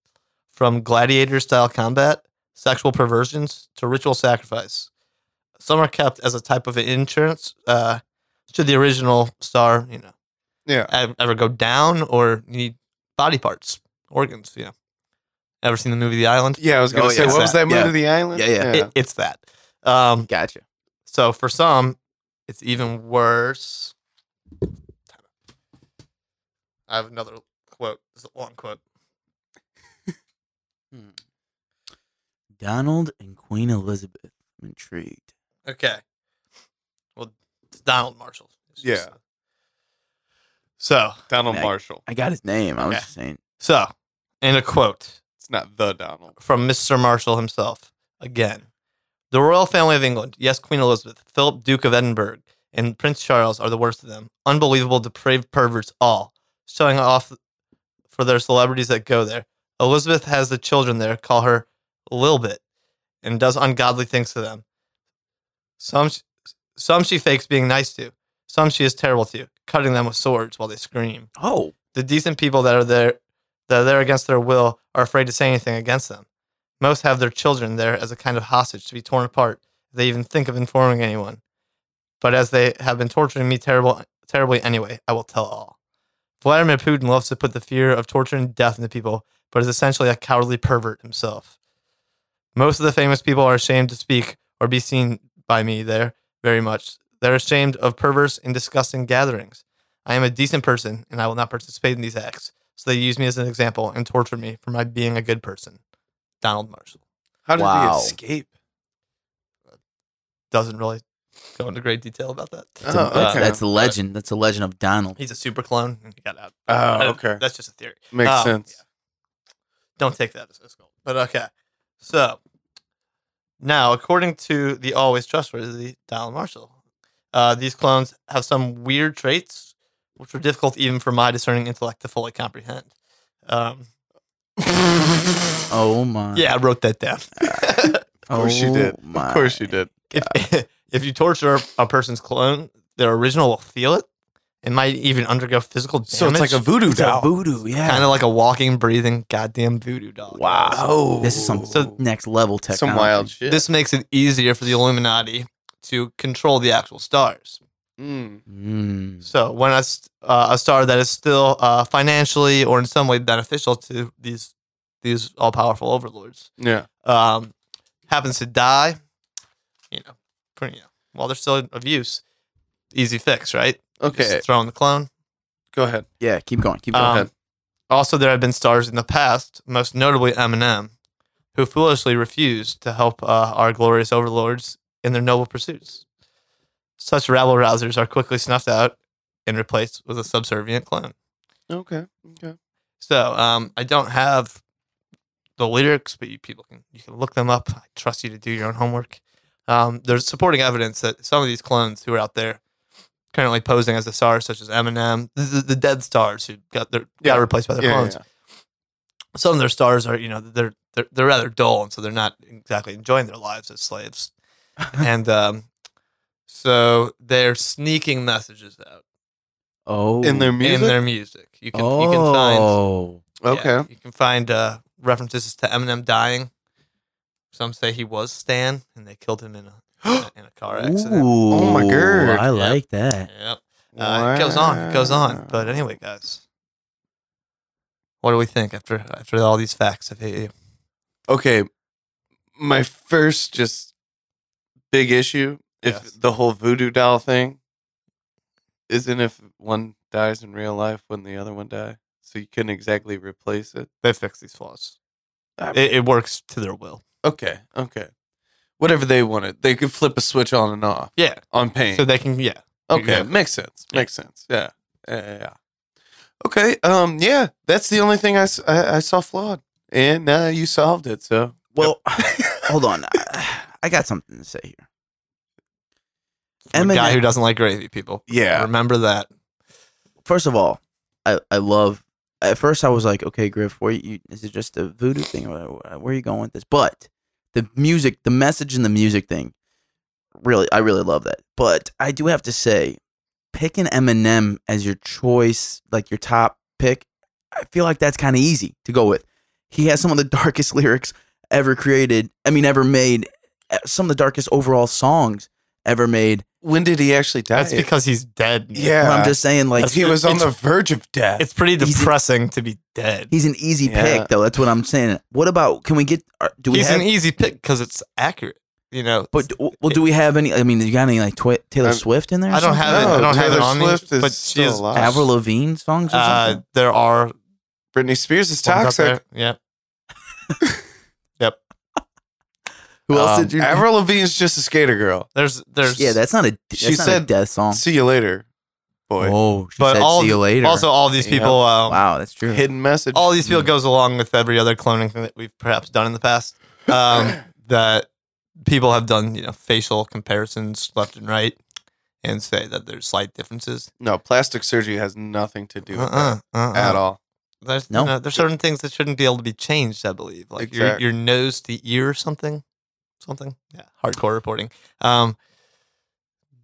Speaker 2: from gladiator style combat, sexual perversions, to ritual sacrifice. Some are kept as a type of insurance uh, should the original star, you know,
Speaker 6: Yeah.
Speaker 2: ev- ever go down or need body parts, organs. Yeah. Ever seen the movie The Island?
Speaker 6: Yeah, I was gonna
Speaker 5: Oh,
Speaker 6: say,
Speaker 2: yeah.
Speaker 6: what was that movie?
Speaker 5: Yeah.
Speaker 6: The Island.
Speaker 5: Yeah, yeah.
Speaker 2: It, it's that. Um,
Speaker 5: Gotcha.
Speaker 2: so for some, it's even worse. I have another quote. It's a long quote.
Speaker 5: Donald and Queen Elizabeth. I'm intrigued.
Speaker 2: Okay. Well, it's Donald Marshall. It's just-
Speaker 6: Yeah.
Speaker 2: So,
Speaker 6: Donald
Speaker 5: Yeah.
Speaker 6: Marshall.
Speaker 5: I got his name. I was
Speaker 2: Okay.
Speaker 5: just saying.
Speaker 2: so, and a quote
Speaker 6: It's not the Donald.
Speaker 2: from Mr. Marshall himself again. The royal family of England, yes, Queen Elizabeth, Philip, Duke of Edinburgh, and Prince Charles are the worst of them. Unbelievable, depraved perverts, all showing off for their celebrities that go there. Elizabeth has the children there, call her Lilbit, and does ungodly things to them. Some, sh- some she fakes being nice to, some she is terrible to, cutting them with swords while they scream
Speaker 5: Oh,
Speaker 2: the decent people that are there that are there against their will are afraid to say anything against them. Most have their children there as a kind of hostage to be torn apart if they even think of informing anyone. But as they have been torturing me terrible terribly anyway, I will tell all. Vladimir Putin loves to put the fear of torture and death into people, but is essentially a cowardly pervert himself. Most of the famous people are ashamed to speak or be seen by me there very much. They're ashamed of perverse and disgusting gatherings. I am a decent person and I will not participate in these acts. So they use me as an example and torture me for my being a good person. Donald Marshall
Speaker 6: How did
Speaker 5: Wow.
Speaker 6: he escape?
Speaker 2: doesn't really go into great detail about that. Uh,
Speaker 5: that's, a,
Speaker 6: Oh,
Speaker 5: that's,
Speaker 6: okay.
Speaker 5: that's a legend. That's a legend of Donald.
Speaker 2: He's a super clone and he got out. I
Speaker 6: Oh,
Speaker 2: don't-
Speaker 6: okay.
Speaker 2: That's just a theory.
Speaker 6: Makes
Speaker 2: Oh,
Speaker 6: sense.
Speaker 2: yeah. Don't take that as a gold. But okay. So now, according to the always trustworthy Donald Marshall, uh, these clones have some weird traits which were difficult even for my discerning intellect to fully comprehend. Um,
Speaker 5: Oh my.
Speaker 2: yeah, I wrote that down.
Speaker 5: Of
Speaker 6: course you did.
Speaker 5: My.
Speaker 6: Of course you did.
Speaker 2: if, if you torture a person's clone, their original will feel it. It might even undergo physical damage.
Speaker 6: So it's like a voodoo
Speaker 5: It's a
Speaker 6: doll.
Speaker 5: voodoo. Yeah.
Speaker 2: kind of like a walking, breathing, goddamn voodoo doll.
Speaker 5: Wow.
Speaker 6: Oh,
Speaker 5: this is some
Speaker 2: So-
Speaker 5: next level technology.
Speaker 6: some wild shit.
Speaker 2: This makes it easier for the Illuminati to control the actual stars.
Speaker 6: Mm.
Speaker 5: Mm.
Speaker 2: So when a, s- uh, a star that is still uh, financially or in some way beneficial to these these all powerful overlords
Speaker 6: Yeah.
Speaker 2: um, happens to die, you know, pretty, you know, while they're still of use, easy fix, right?
Speaker 6: Okay.
Speaker 2: Just throw in the clone.
Speaker 6: Go ahead.
Speaker 5: Yeah. Keep going. Keep
Speaker 2: Um,
Speaker 5: going.
Speaker 6: ahead.
Speaker 2: Also, there have been stars in the past, most notably Eminem, who foolishly refused to help uh, our glorious overlords in their noble pursuits. Such rabble rousers are quickly snuffed out and replaced with a subservient clone.
Speaker 6: Okay. Okay.
Speaker 2: So um, I don't have the lyrics, but you people can you can look them up. I trust you to do your own homework. Um, there's supporting evidence that some of these clones who are out there currently posing as the stars, such as Eminem, the, the, the dead stars who got their,
Speaker 6: Yeah.
Speaker 2: got replaced by their
Speaker 6: Yeah,
Speaker 2: clones.
Speaker 6: yeah.
Speaker 2: Some of their stars are you know they're they're, they're rather dull, and so they're not exactly enjoying their lives as slaves, and um, so they're sneaking messages out
Speaker 5: oh.
Speaker 6: In their
Speaker 2: in
Speaker 6: music.
Speaker 2: their music. You can
Speaker 5: oh.
Speaker 2: you can find yeah,
Speaker 6: okay.
Speaker 2: you can find uh, references to Eminem dying. Some say he was Stan, and they killed him in a in a- in a car accident.
Speaker 5: Ooh,
Speaker 6: Oh my God.
Speaker 5: I
Speaker 2: Yep.
Speaker 5: like that.
Speaker 2: Yep. Uh, It goes on. It goes on. But anyway, guys, what do we think after after all these facts? I've hit you.
Speaker 6: okay, my first just big issue if
Speaker 2: Yes.
Speaker 6: the whole voodoo doll thing isn't if one dies in real life, wouldn't the other one die? So you couldn't exactly replace it.
Speaker 2: They fix these flaws.
Speaker 6: I mean-
Speaker 2: It, it works to their will.
Speaker 6: Okay, okay. Whatever they wanted, they could flip a switch on and off
Speaker 2: Yeah.
Speaker 6: on pain.
Speaker 2: So they can. Yeah.
Speaker 6: Okay,
Speaker 2: Yeah.
Speaker 6: makes sense. Makes sense. Yeah. yeah, yeah, yeah. Okay. Um. Yeah, that's the only thing I, s- I- I saw flawed, and uh, you solved it. So
Speaker 5: Well, hold on. I, I got something to say here.
Speaker 2: Eminem. guy
Speaker 5: Eminem-
Speaker 2: who doesn't like gravy, people.
Speaker 6: yeah,
Speaker 2: Remember that.
Speaker 5: First of all, I, I love. At first, I was like, okay, Griff, where you is it just a voodoo thing? Or uh, where- Where are you going with this? But the music, the message, and the music thing, really, I really love that. But I do have to say, picking Eminem as your choice, like your top pick, I feel like that's kind of easy to go with. He has some of the darkest lyrics ever created. I mean, ever made. uh, Some of the darkest overall songs ever made.
Speaker 6: when did he actually die?
Speaker 2: That's because he's dead. man.
Speaker 6: yeah,
Speaker 5: But I'm just saying, like,
Speaker 2: That's- He was on It's-
Speaker 6: verge of death.
Speaker 2: It's pretty
Speaker 5: He's-
Speaker 2: depressing to be dead.
Speaker 5: He's an easy
Speaker 6: Yeah.
Speaker 5: pick, though. That's what I'm saying. What about? Can we get? are- Do we
Speaker 2: He's
Speaker 5: have?
Speaker 2: an e-, easy pick because it's accurate. You know.
Speaker 5: but do- well, do we have any? I mean, you got any like twi- Taylor
Speaker 6: Um,
Speaker 5: Swift in there? or
Speaker 2: Uh, I don't
Speaker 5: something?
Speaker 2: have it. I
Speaker 6: No,
Speaker 2: don't have it
Speaker 6: Taylor
Speaker 2: on
Speaker 6: Swift
Speaker 2: me.
Speaker 6: is
Speaker 2: But
Speaker 6: still
Speaker 2: she's
Speaker 6: alive.
Speaker 5: Avril Lavigne songs or
Speaker 2: uh,
Speaker 5: something.
Speaker 2: there are
Speaker 6: Britney Spears is
Speaker 2: ones out
Speaker 6: toxic.
Speaker 2: there. Yeah,
Speaker 5: Who else
Speaker 2: um,
Speaker 5: did you?
Speaker 6: Avril Lavigne's just a skater girl.
Speaker 2: there's there's
Speaker 5: yeah, that's not a. That's
Speaker 6: She
Speaker 5: not a
Speaker 2: Oh.
Speaker 6: said-
Speaker 5: death song.
Speaker 6: See you later. boy.
Speaker 5: Oh, she
Speaker 2: But
Speaker 5: said
Speaker 2: all
Speaker 5: see you later.
Speaker 2: also all these
Speaker 6: Yeah.
Speaker 2: people. Uh,
Speaker 5: wow, that's true.
Speaker 6: Hidden message.
Speaker 2: all these people goes along with every other cloning thing that we've perhaps done in the past. Um, that people have done, you know, facial comparisons left and right, and say that there's slight differences.
Speaker 6: no, plastic surgery has nothing to do with
Speaker 2: Uh-uh, uh-uh.
Speaker 6: that at all.
Speaker 2: There's,
Speaker 5: No.
Speaker 2: no. there's certain things that shouldn't be able to be changed. I believe, like
Speaker 6: Exact.
Speaker 2: your your nose to ear, something, something. Yeah, hardcore reporting. Um,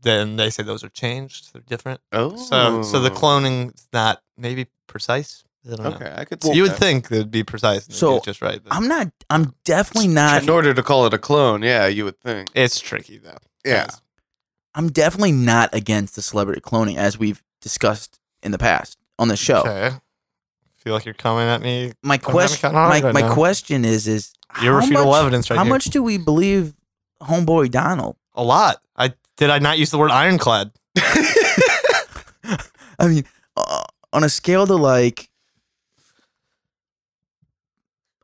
Speaker 2: then they say those are changed. They're different.
Speaker 6: Oh,
Speaker 2: So, so the cloning's not maybe precise. I don't know.
Speaker 6: Okay, I could see.
Speaker 2: you would
Speaker 6: that.
Speaker 2: think it'd be precise. And
Speaker 5: So,
Speaker 2: so just right. but
Speaker 5: I'm not. I'm definitely not.
Speaker 6: in order to call it a clone, yeah, you would think.
Speaker 2: it's tricky though.
Speaker 6: Yeah,
Speaker 5: I'm definitely not against the celebrity cloning as we've discussed in the past on the show.
Speaker 2: Okay. Feel like you're coming at me.
Speaker 5: My
Speaker 2: kinda
Speaker 5: question.
Speaker 2: hard
Speaker 5: My,
Speaker 2: right
Speaker 5: my
Speaker 2: now.
Speaker 5: question is is how
Speaker 2: Irrefutable
Speaker 5: much,
Speaker 2: evidence right
Speaker 5: how
Speaker 2: here.
Speaker 5: much do we believe homeboy Donald?
Speaker 2: A lot. I did. I not use the word ironclad.
Speaker 5: I mean, uh, on a scale to like,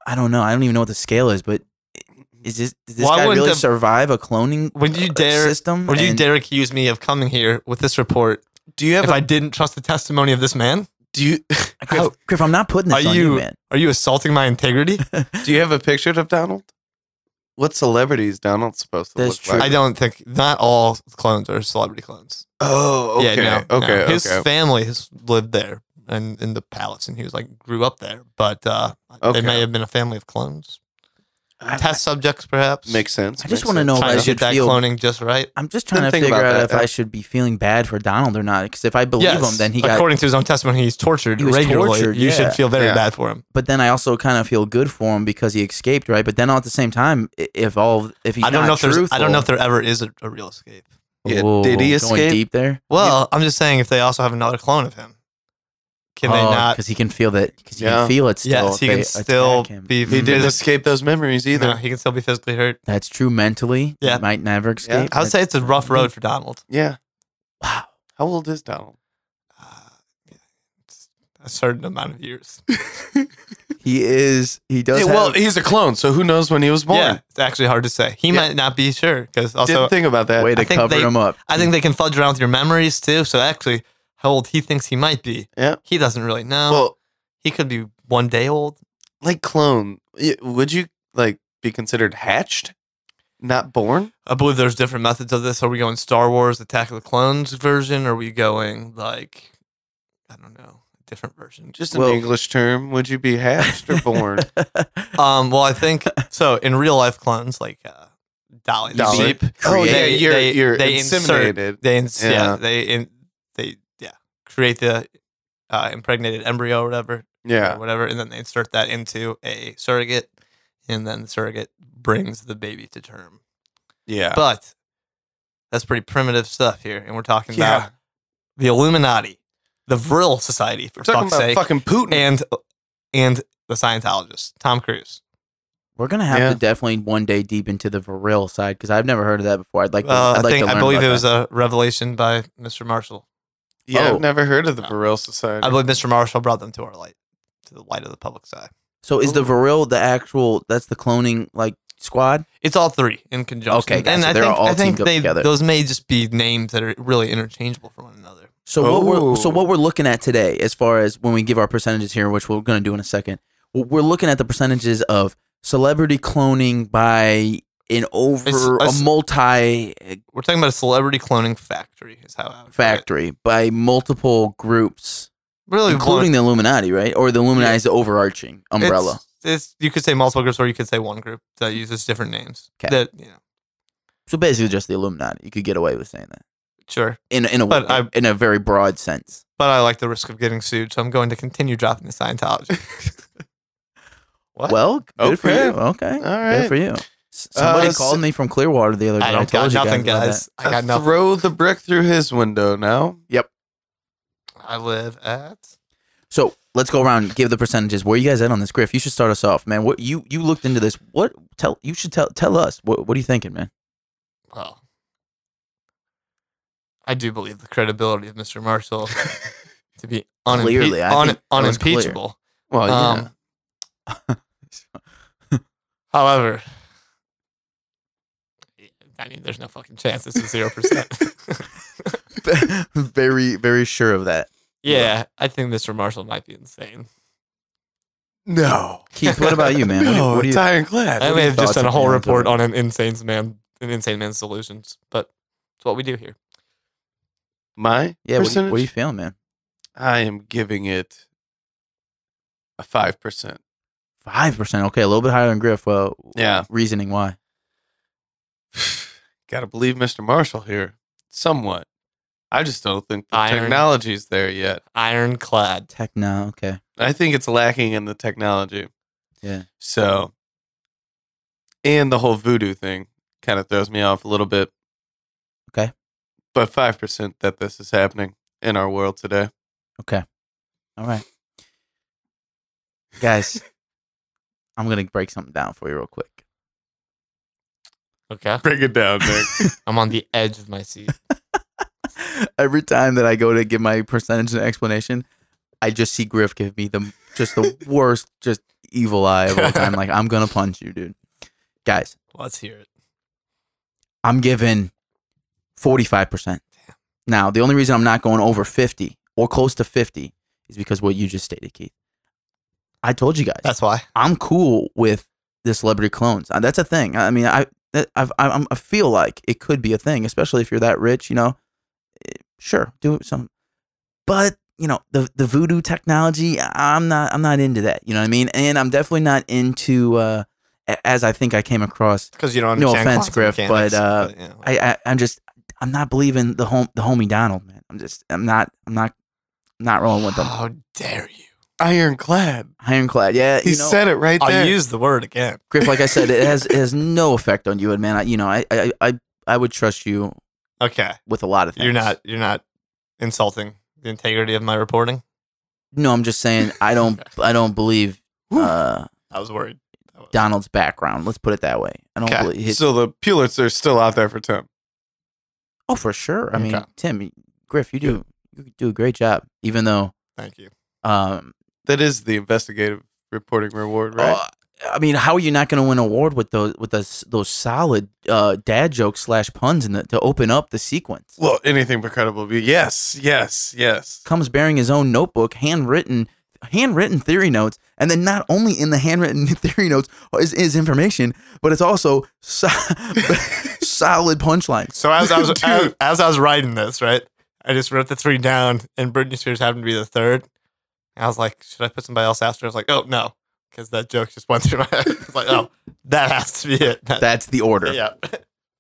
Speaker 5: I don't know. I don't even know what the scale is, but is this does this
Speaker 2: Why
Speaker 5: guy
Speaker 2: wouldn't
Speaker 5: really
Speaker 2: the-
Speaker 5: survive a cloning
Speaker 2: Would you
Speaker 5: uh,
Speaker 2: dare-
Speaker 5: system?
Speaker 2: Would you
Speaker 5: And
Speaker 2: dare accuse me of coming here with this report
Speaker 6: Do you have?
Speaker 2: if
Speaker 6: a,
Speaker 2: I didn't trust the testimony of this man?
Speaker 6: do you
Speaker 5: Griff, Griff, I'm not putting this
Speaker 2: Are
Speaker 5: on you,
Speaker 2: you-
Speaker 5: man.
Speaker 2: Are you assaulting my integrity?
Speaker 6: do you have a picture of Donald? What celebrity is Donald supposed to
Speaker 5: That's
Speaker 6: look
Speaker 5: true.
Speaker 6: like?
Speaker 2: I don't think not all clones are celebrity clones.
Speaker 6: Oh, okay,
Speaker 2: yeah, no,
Speaker 6: okay,
Speaker 2: no. His
Speaker 6: okay.
Speaker 2: family has lived there and in the palace, and he was like grew up there. But uh,
Speaker 6: Okay.
Speaker 2: they may have been a family of clones,
Speaker 5: I-
Speaker 2: test subjects perhaps.
Speaker 6: Makes sense.
Speaker 5: I just
Speaker 6: makes
Speaker 5: wanna
Speaker 6: sense.
Speaker 5: know if I
Speaker 2: trying to
Speaker 5: should
Speaker 2: get that
Speaker 5: feel-
Speaker 2: cloning just right.
Speaker 5: I'm just trying
Speaker 6: Didn't
Speaker 5: to
Speaker 6: think
Speaker 5: figure
Speaker 6: about
Speaker 5: out
Speaker 6: that,
Speaker 5: if
Speaker 6: yeah.
Speaker 5: I should be feeling bad for Donald or not. Because if I believe him, then he got.
Speaker 2: According to his own testimony, he's tortured
Speaker 5: He was
Speaker 2: regularly.
Speaker 5: tortured,
Speaker 2: you
Speaker 5: yeah.
Speaker 2: should feel very
Speaker 6: Yeah.
Speaker 2: bad for him.
Speaker 5: but then I also kind of feel good for him because he escaped, right? But then all at the same time, i- if all if he's
Speaker 2: I don't
Speaker 5: not
Speaker 2: know if
Speaker 5: truthful,
Speaker 2: there's. I don't know if there ever is a, a real escape.
Speaker 6: Yeah, did he
Speaker 5: Going
Speaker 6: escape?
Speaker 5: deep there.
Speaker 2: Well, I'm just saying if they also have another clone of him, can they not?
Speaker 5: Because Oh, he can feel that. Because he
Speaker 6: Yeah.
Speaker 5: can feel it still.
Speaker 2: Yes,
Speaker 5: if
Speaker 2: he
Speaker 5: they
Speaker 2: can still
Speaker 5: attack him.
Speaker 2: be.
Speaker 6: He didn't
Speaker 2: phys-
Speaker 6: escape those memories either.
Speaker 2: No, he can still be physically hurt.
Speaker 5: That's true mentally.
Speaker 2: Yeah.
Speaker 5: He might never escape.
Speaker 2: I would
Speaker 5: but-
Speaker 2: say it's a rough road for Donald.
Speaker 6: Yeah.
Speaker 5: Wow.
Speaker 6: How old is Donald?
Speaker 2: Uh, it's a certain amount of years.
Speaker 5: he is. He does.
Speaker 6: Yeah,
Speaker 5: have,
Speaker 6: well, he's a clone, so who knows when he was born?
Speaker 2: Yeah, it's actually hard to say. He
Speaker 6: Yeah.
Speaker 2: might not be sure because
Speaker 6: Didn't
Speaker 2: also
Speaker 6: think about that.
Speaker 5: way to
Speaker 2: I think
Speaker 5: cover
Speaker 2: they-
Speaker 5: him up.
Speaker 2: I think they can fudge around with your memories too. So actually, how old he thinks he might be,
Speaker 6: Yeah.
Speaker 2: he doesn't really know.
Speaker 6: Well,
Speaker 2: he could be one day old.
Speaker 6: like clone, y- would you like be considered hatched, not born?
Speaker 2: I believe there's different methods of this. Are we going Star Wars Attack of the Clones version? Are we going like I don't know, a different version?
Speaker 6: Just an
Speaker 5: Well-
Speaker 6: English term. Would you be hatched or born?
Speaker 2: Um, well, I think so. In real life clones, like uh, Dolly, the
Speaker 6: Dolly.
Speaker 2: Jeep,
Speaker 6: oh yeah,
Speaker 2: they-
Speaker 6: you're
Speaker 2: they-
Speaker 6: you're
Speaker 2: they insert-
Speaker 6: inseminated.
Speaker 2: they ins- yeah.
Speaker 6: Yeah.
Speaker 2: they in, they yeah create the uh, impregnated embryo or whatever, or
Speaker 6: Yeah.
Speaker 2: whatever, and then they insert that into a surrogate, and then the surrogate brings the baby to term.
Speaker 6: Yeah.
Speaker 2: But that's pretty primitive stuff here, and we're talking
Speaker 6: yeah.
Speaker 2: about the Illuminati, the Vril Society, for
Speaker 6: We're talking
Speaker 2: fuck's
Speaker 6: about
Speaker 2: sake,
Speaker 6: fucking Putin.
Speaker 2: and and the Scientologist, Tom Cruise.
Speaker 5: We're gonna have
Speaker 6: Yeah.
Speaker 5: to definitely one day deep into the viril side because I've never heard of that before. I'd like. To,
Speaker 2: Uh,
Speaker 5: I'd
Speaker 2: I
Speaker 5: like
Speaker 2: think
Speaker 5: to
Speaker 2: I
Speaker 5: learn
Speaker 2: believe
Speaker 5: about
Speaker 2: it was
Speaker 5: that.
Speaker 2: a revelation by Mr. Marshall.
Speaker 6: yeah,
Speaker 5: oh.
Speaker 6: I've never heard of the Burrell Society.
Speaker 2: I believe Mr. Marshall brought them to our light, to the light of the public's eye.
Speaker 5: so is the viril the actual? That's the cloning like squad.
Speaker 2: It's all three in conjunction.
Speaker 5: Okay,
Speaker 2: and
Speaker 5: gotcha.
Speaker 2: I
Speaker 5: They're
Speaker 2: think,
Speaker 5: all
Speaker 2: I think
Speaker 5: teamed up
Speaker 2: they,
Speaker 5: together.
Speaker 2: those may just be names that are really interchangeable for one another.
Speaker 5: So what
Speaker 6: Oh.
Speaker 5: we're so what we're looking at today, as far as when we give our percentages here, which we're going to do in a second, w- we're looking at the percentages of celebrity cloning by an over
Speaker 2: it's-
Speaker 5: a multi
Speaker 2: We're talking about a celebrity cloning factory, is how I would put it.
Speaker 5: factory by multiple groups,
Speaker 2: really
Speaker 5: including
Speaker 2: one-
Speaker 5: the Illuminati, right? Or the Illuminati is the overarching umbrella.
Speaker 2: It's, it's- you could say multiple groups, or you could say one group that uses different names.
Speaker 5: 'Kay.
Speaker 2: That you know,
Speaker 5: So basically, just the Illuminati. You could get away with saying that
Speaker 2: sure.
Speaker 5: in in a
Speaker 2: But I-
Speaker 5: in a very broad sense.
Speaker 2: But I like the risk of getting sued, so I'm going to continue dropping the Scientology. What?
Speaker 5: Well, good for
Speaker 6: Okay.
Speaker 5: you. Okay,
Speaker 6: All right.
Speaker 5: good for you. S- Somebody
Speaker 6: Uh,
Speaker 5: called
Speaker 6: so-
Speaker 5: me from Clearwater the other day.
Speaker 2: I don't got
Speaker 5: told you guys
Speaker 2: nothing,
Speaker 5: about that.
Speaker 2: guys. I got
Speaker 6: Uh,
Speaker 2: nothing.
Speaker 6: Throw the brick through his window now.
Speaker 2: I live at
Speaker 5: So let's go around and give the percentages. Where you guys at on this, Griff? You should start us off, man. What you you looked into this? What tell you should tell tell us. What what are you thinking, man?
Speaker 2: Well, I do believe the credibility of Mr. Marshall to be unimpe-
Speaker 5: Clearly, I
Speaker 2: un-
Speaker 5: think that was clear. Oh,
Speaker 2: unimpeachable.
Speaker 6: Well, yeah.
Speaker 2: Um, However, I mean, there's no fucking chance. This is zero percent.
Speaker 5: very, very sure of that.
Speaker 2: Yeah, I think Mr. Marshall might be insane.
Speaker 6: No.
Speaker 5: Keith, what about you, man? What do you-
Speaker 6: No,
Speaker 5: what do you,
Speaker 6: it's iron glad.
Speaker 2: I
Speaker 5: what are
Speaker 2: may
Speaker 5: your
Speaker 2: have just
Speaker 5: thoughts
Speaker 2: done a
Speaker 5: and
Speaker 2: whole
Speaker 5: opinions
Speaker 2: report
Speaker 5: on
Speaker 2: on an insane man, an insane man's solutions, but it's what we do here.
Speaker 6: My
Speaker 5: yeah, what, do you-
Speaker 6: percentage,
Speaker 5: what are you feeling, man?
Speaker 6: I am giving it a 5%.
Speaker 5: Five percent. Okay, a little bit higher than Griff. Well,
Speaker 6: Yeah.
Speaker 5: Reasoning why?
Speaker 6: Got to believe Mr. Marshall here somewhat. I just don't think the
Speaker 2: Iron.
Speaker 6: technology's there yet.
Speaker 2: Ironclad.
Speaker 5: Tech no. Okay.
Speaker 6: I think it's lacking in the technology.
Speaker 5: Yeah.
Speaker 6: So, and the whole voodoo thing kind of throws me off a little bit.
Speaker 5: Okay.
Speaker 6: But 5% that this is happening in our world today.
Speaker 5: Okay. All right, guys. I'm gonna break something down for you real quick.
Speaker 2: Okay,
Speaker 6: Bring it down, Nick.
Speaker 2: I'm on the edge of my seat.
Speaker 5: Every time that I go to give my percentage and explanation, I just see Griff give me the just the worst, just evil eye of all time. Like I'm gonna punch you, dude. Guys,
Speaker 2: Let's hear it.
Speaker 5: I'm giving 45%. Now, the only reason I'm not going over 50 or close to 50 is because what you just stated, Keith. I told you guys.
Speaker 2: That's why.
Speaker 5: I'm cool with the celebrity clones. Uh, That's a thing. I mean, I that- I've, I I'm- I feel like it could be a thing, especially if you're that rich. You know, Eh, sure, do some, but you know the the voodoo technology. I- I'm not I'm not into that. You know what I mean? And I'm definitely not into uh, a- as I think I came across.
Speaker 2: Because you don't
Speaker 5: No
Speaker 2: understand.
Speaker 5: offense,
Speaker 2: quantum
Speaker 5: Griff, but,
Speaker 2: mechanics,
Speaker 5: uh,
Speaker 2: you know.
Speaker 5: I, I I'm just I'm not believing the home the homie Donald man. I'm just I'm not I'm not not rolling with them.
Speaker 2: How dare you?
Speaker 6: Ironclad.
Speaker 5: Ironclad, yeah.
Speaker 6: He
Speaker 5: you know,
Speaker 6: said it right there.
Speaker 2: I'll use the word again.
Speaker 5: Griff, like I said, it has it has no effect on you, and man, I, you know, I, I I I would trust you
Speaker 2: Okay,
Speaker 5: with a lot of things.
Speaker 2: you're not you're not insulting the integrity of my reporting.
Speaker 5: No, I'm just saying I don't I don't believe uh,
Speaker 2: I was worried.
Speaker 5: Donald's background. Let's put it that way. I don't
Speaker 2: Okay.
Speaker 5: believe. His,
Speaker 6: so the Pulitzer's still out there for Tim.
Speaker 5: oh, for sure. I mean,
Speaker 2: Okay.
Speaker 5: Tim, Griff, you do you do a great job, even though
Speaker 2: Thank you.
Speaker 5: um,
Speaker 6: That is the investigative reporting reward, right?
Speaker 5: uh, I mean, how are you not going to win an award with those with those those solid uh, dad jokes slash puns in the, to open up the sequence?
Speaker 6: well, anything but credible. would be- Yes, yes, yes.
Speaker 5: comes bearing his own notebook, handwritten, handwritten theory notes, and then not only in the handwritten theory notes is, is information, but it's also so- solid punchlines.
Speaker 2: So as I was as,
Speaker 6: Dude.
Speaker 2: as I was writing this, right, I just wrote the three down, and Britney Spears happened to be the third. And I was like, should I put somebody else after? I was like, oh no, because that joke just went through my head. It's like, oh, that has to be it. That-
Speaker 5: That's the order.
Speaker 2: yeah.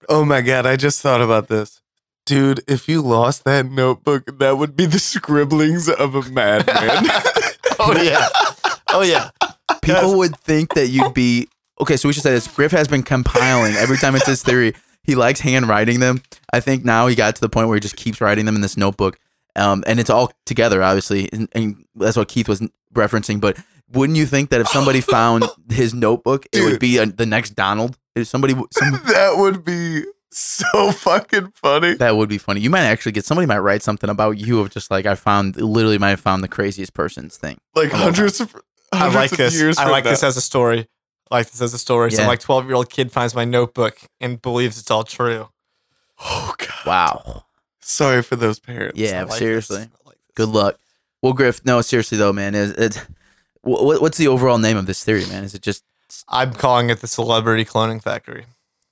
Speaker 6: Oh my god, I just thought about this. Dude, if you lost that notebook, that would be the scribblings of a madman.
Speaker 2: Oh yeah. Oh yeah.
Speaker 5: People would think that you'd be okay. So we should say this: Griff has been compiling every time it's his theory. He likes handwriting them. I think now he got to the point where he just keeps writing them in this notebook, um, and it's all together, obviously, and, and that's what Keith was referencing. But wouldn't you think that if somebody found his notebook, it would
Speaker 6: Dude.
Speaker 5: be a, the next Donald? If somebody, some,
Speaker 6: that would be so fucking funny.
Speaker 5: that would be funny. You might actually get somebody might write something about you of just like I found literally might have found the craziest person's thing.
Speaker 6: Like hundreds of
Speaker 2: I
Speaker 6: hundreds
Speaker 2: like
Speaker 6: of
Speaker 2: this.
Speaker 6: years
Speaker 2: I
Speaker 6: from
Speaker 2: like
Speaker 6: now.
Speaker 2: this as a story. I like this as a story.
Speaker 5: Yeah.
Speaker 2: Some like twelve year old kid finds my notebook and believes it's all true.
Speaker 6: Oh god.
Speaker 5: Wow.
Speaker 6: Sorry for those parents.
Speaker 5: Yeah,
Speaker 2: I like
Speaker 5: seriously.
Speaker 2: this. I like this.
Speaker 5: Good luck. Well, Griff, no, seriously though, man, is it? What, what's the overall name of this theory, man? Is it just
Speaker 2: I'm calling it the celebrity cloning factory.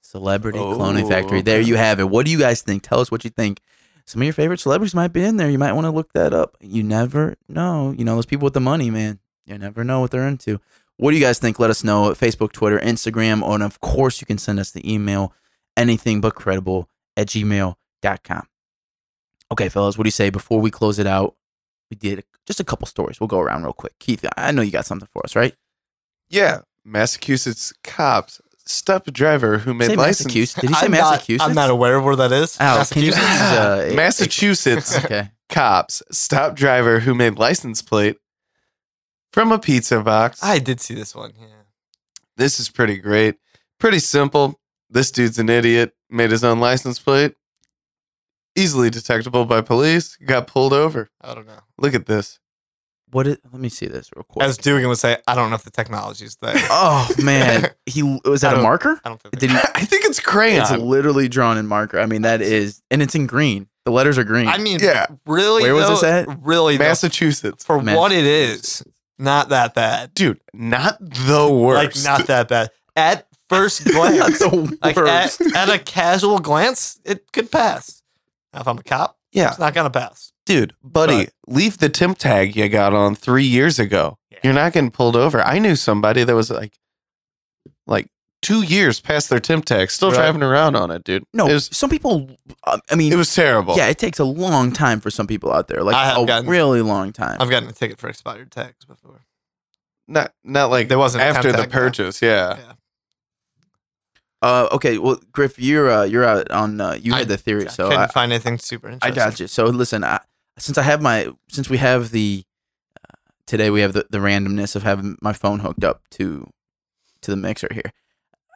Speaker 5: Celebrity
Speaker 6: Oh,
Speaker 5: Cloning Factory? There
Speaker 6: okay.
Speaker 5: you have it. What do you guys think? Tell us what you think. Some of your favorite celebrities might be in there. You might want to look that up. You never know. You know those people with the money, man. You never know what they're into. What do you guys think? Let us know at Facebook, Twitter, Instagram, or- and of course you can send us the email, anything but credible at gmail.com. Okay, fellas, what do you say before we close it out? We did just a couple stories. We'll go around real quick. Keith, I know you got something for us, right?
Speaker 6: Yeah. Massachusetts cops stop a driver who made
Speaker 5: Say
Speaker 6: license.
Speaker 5: Massachusetts. Did you say
Speaker 2: I'm not-
Speaker 5: Massachusetts?
Speaker 2: I'm not aware of where that is.
Speaker 5: Al, can you- Uh,
Speaker 6: Massachusetts
Speaker 5: Okay.
Speaker 6: cops stop driver who made license plate from a pizza
Speaker 5: uh,
Speaker 6: box.
Speaker 2: I did see this one. Yeah.
Speaker 6: this is pretty great. Pretty simple. This dude's an idiot. Made his own license plate. Easily detectable by police. Got pulled over.
Speaker 2: I don't know.
Speaker 6: Look at this.
Speaker 5: what is? Let me see this real quick.
Speaker 2: As Dugan would say, I don't know if the technology's there.
Speaker 5: oh man, he was
Speaker 2: I
Speaker 5: that a
Speaker 2: don't-
Speaker 5: marker?
Speaker 2: I don't think
Speaker 5: Did he,
Speaker 6: I think it's crayon.
Speaker 5: it's literally drawn in marker. I mean, that is, and it's in green. The letters are green.
Speaker 2: I mean,
Speaker 6: Yeah.
Speaker 2: really?
Speaker 5: Where was
Speaker 2: though?
Speaker 5: this at?
Speaker 2: Really? though,
Speaker 6: Massachusetts.
Speaker 2: for what it is, not that bad.
Speaker 6: Dude, not the worst.
Speaker 2: Like, not that bad. At first glance,
Speaker 5: the
Speaker 2: like at,
Speaker 5: worst.
Speaker 2: at a casual glance, it could pass. Now, if I'm a cop,
Speaker 6: yeah.
Speaker 2: it's not going to pass.
Speaker 6: Dude, buddy, leave the temp tag you got on three years ago.
Speaker 2: Yeah.
Speaker 6: You're not getting pulled over. I knew somebody that was like, like two years past their temp tag, still
Speaker 2: Right.
Speaker 6: driving around on it, dude.
Speaker 5: no,
Speaker 6: it was,
Speaker 5: some people. uh, I mean,
Speaker 6: it was terrible.
Speaker 5: yeah, it takes a long time for some people out there. Like
Speaker 2: I have
Speaker 5: a
Speaker 2: gotten-
Speaker 5: really long time.
Speaker 2: I've gotten a ticket for expired tags before.
Speaker 6: not not like
Speaker 2: There wasn't a temp
Speaker 6: after the
Speaker 2: tag, though.
Speaker 6: purchase. Yeah,
Speaker 2: Yeah.
Speaker 5: Uh, okay, well, Griff, you're uh, you're out on uh, you
Speaker 2: I-
Speaker 5: had the theory,
Speaker 2: I
Speaker 5: so
Speaker 2: couldn't
Speaker 5: I,
Speaker 2: find anything super
Speaker 5: I
Speaker 2: interesting.
Speaker 5: got you. So listen, I, since I have my since we have the uh, today we have the, the randomness of having my phone hooked up to to the mixer here.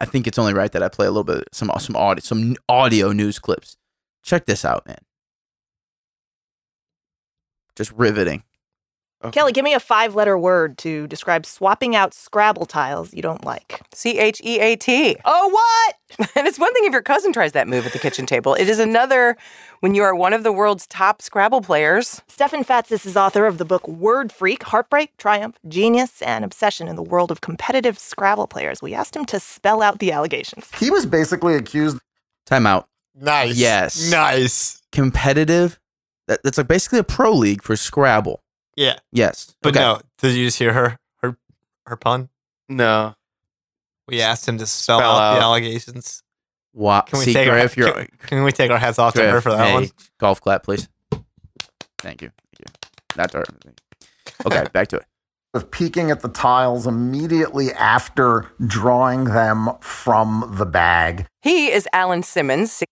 Speaker 5: I think it's only right that I play a little bit some some audio some audio news clips. Check this out, man. Just riveting.
Speaker 7: Kelly, give me a five letter word to describe swapping out Scrabble tiles you don't like.
Speaker 8: C H E A T.
Speaker 7: Oh, what?
Speaker 8: And it's one thing if your cousin tries that move at the kitchen table. It is another when you are one of the world's top Scrabble players.
Speaker 7: Stefan Fatsis is author of the book Word Freak Heartbreak, Triumph, Genius, and Obsession in the World of Competitive Scrabble Players. We asked him to spell out the allegations.
Speaker 9: He was basically accused
Speaker 5: Time out.
Speaker 2: Nice.
Speaker 5: Yes.
Speaker 2: Nice.
Speaker 5: Competitive. That, that's like basically a pro league for Scrabble.
Speaker 2: Yeah.
Speaker 5: Yes,
Speaker 2: But
Speaker 5: Okay.
Speaker 2: no, did you just hear her? Her her pun?
Speaker 6: no,
Speaker 2: We asked him to spell,
Speaker 6: Spell
Speaker 2: out,
Speaker 6: out.
Speaker 2: the allegations.
Speaker 5: Wow.
Speaker 2: Can we
Speaker 5: See,
Speaker 2: take our-
Speaker 5: Griff, you're,
Speaker 2: Can we take our hats off to her
Speaker 5: Griff,
Speaker 2: for that
Speaker 5: hey,
Speaker 2: one?
Speaker 5: Golf clap, please. Thank you. Thank you. That's our. Okay, back to it.
Speaker 9: of peeking at the tiles immediately after drawing them from the bag.
Speaker 8: He is Alan Simmons.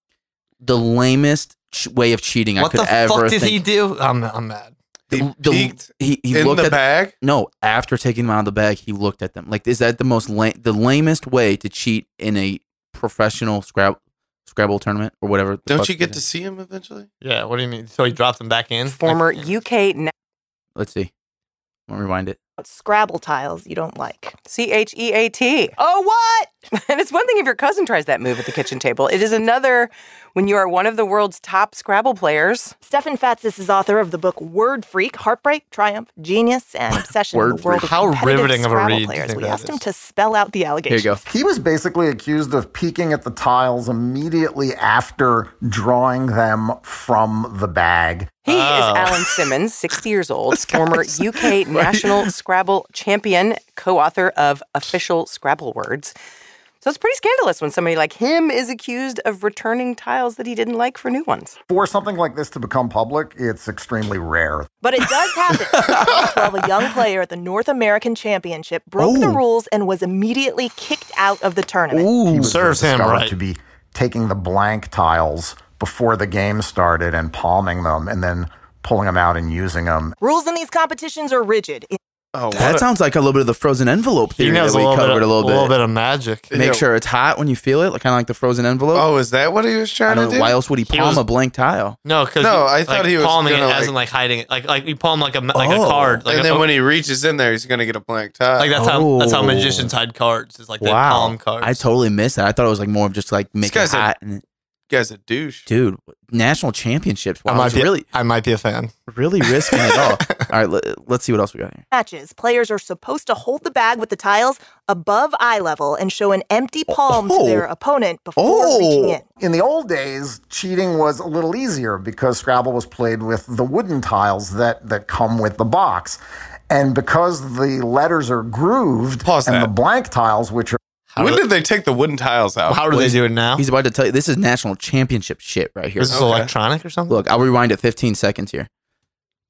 Speaker 5: The lamest ch- way of cheating I
Speaker 2: What
Speaker 5: could
Speaker 2: the
Speaker 5: ever
Speaker 2: fuck did he
Speaker 5: think.
Speaker 2: do? I'm, I'm mad.
Speaker 6: he
Speaker 5: The- the-
Speaker 6: peeked
Speaker 5: he, he
Speaker 6: in
Speaker 5: looked
Speaker 6: the
Speaker 5: at
Speaker 6: bag.
Speaker 5: no after taking them out of the bag. He looked at them like is that the most la- the lamest way to cheat in a professional scrabble scrabble tournament or whatever? the
Speaker 6: Don't
Speaker 5: fuck
Speaker 6: you
Speaker 5: it
Speaker 6: get to
Speaker 5: is.
Speaker 6: see him eventually?
Speaker 2: Yeah, what do you mean? So he dropped him back in?
Speaker 8: Former
Speaker 2: Like,
Speaker 8: UK na-
Speaker 5: Let's see. I'm gonna rewind it.
Speaker 7: Scrabble tiles you don't like.
Speaker 8: C H E A T.
Speaker 7: Oh, what?
Speaker 8: And it's one thing if your cousin tries that move at the kitchen table. It is another when you are one of the world's top Scrabble players.
Speaker 7: Stefan Fatsis is author of the book Word Freak Heartbreak, Triumph, Genius, and Obsession in
Speaker 5: Word
Speaker 7: the World
Speaker 2: Freak.
Speaker 7: of
Speaker 2: How
Speaker 7: Competitive
Speaker 2: riveting of a
Speaker 7: Scrabble
Speaker 2: read do you
Speaker 7: Players.
Speaker 2: think
Speaker 7: We
Speaker 2: that
Speaker 7: asked
Speaker 2: is?
Speaker 7: him to spell out the
Speaker 5: Here
Speaker 7: allegations.
Speaker 5: you go.
Speaker 9: He was basically accused of peeking at the tiles immediately after drawing them from the bag.
Speaker 8: He
Speaker 2: Oh.
Speaker 8: is Alan Simmons, 60 years old, former UK national Scrabble champion, co author of Official Scrabble Words. So it's pretty scandalous when somebody like him is accused of returning tiles that he didn't like for new ones.
Speaker 9: For something like this to become public, it's extremely rare.
Speaker 7: But it does happen. In 2012, a young player at the North American Championship broke the
Speaker 5: Ooh.
Speaker 7: rules and was immediately kicked out of the tournament.
Speaker 9: He
Speaker 5: Oh. Ooh,
Speaker 9: was
Speaker 2: Serves him
Speaker 9: discovered
Speaker 2: right.
Speaker 9: to be taking the blank tiles before the game started and palming them and then pulling them out and using them.
Speaker 7: Rules in these competitions are rigid.
Speaker 6: Oh, what
Speaker 5: that
Speaker 6: a-
Speaker 5: sounds like a little bit of the frozen envelope
Speaker 2: He
Speaker 5: theory that
Speaker 2: knows a
Speaker 5: we
Speaker 2: little, bit
Speaker 5: covered
Speaker 2: of,
Speaker 5: a little bit.
Speaker 2: of magic.
Speaker 5: Make sure it's hot when you feel it, like kind of like the frozen envelope.
Speaker 6: oh, is that what he was
Speaker 5: I
Speaker 6: trying
Speaker 5: don't
Speaker 6: to
Speaker 5: know,
Speaker 6: do?
Speaker 5: why else would he
Speaker 2: He
Speaker 5: palm
Speaker 2: was-
Speaker 5: a blank tile?
Speaker 2: No, because
Speaker 6: No, I thought he was
Speaker 2: palming it
Speaker 6: gonna,
Speaker 2: as
Speaker 6: like-
Speaker 2: in like hiding it, like like you palm like a ma- like
Speaker 5: Oh.
Speaker 2: a card, like
Speaker 6: and
Speaker 2: a-
Speaker 6: then when he reaches in there, he's gonna get a blank tie.
Speaker 2: like that's how that's how magicians
Speaker 5: Oh.
Speaker 2: hide cards. It's like they palm cards.
Speaker 5: I totally missed that. I thought it was like more of just like make it
Speaker 6: guy's a-
Speaker 5: hot. and,
Speaker 6: guy's a douche.
Speaker 5: dude, national championships.
Speaker 2: I
Speaker 5: Wow,
Speaker 2: might
Speaker 5: it's
Speaker 2: be
Speaker 5: really,
Speaker 2: I might be a fan.
Speaker 5: really risking it all. All right, let, let's see what else we got here.
Speaker 7: Matches. Players are supposed to hold the bag with the tiles above eye level and show an empty palm to their
Speaker 5: Oh.
Speaker 7: opponent before reaching
Speaker 5: Oh.
Speaker 7: in.
Speaker 9: In the old days, cheating was a little easier because Scrabble was played with the wooden tiles that, that come with the box. And because the letters are grooved
Speaker 6: Pause
Speaker 9: and
Speaker 6: that.
Speaker 9: the blank tiles, which are
Speaker 2: How
Speaker 6: when
Speaker 2: do-
Speaker 6: did they take the wooden tiles out?
Speaker 2: How do they do it now?
Speaker 5: He's about to tell you this is national championship shit right here.
Speaker 2: Is this
Speaker 6: Okay.
Speaker 2: electronic or something?
Speaker 5: Look, I'll rewind it 15 seconds here.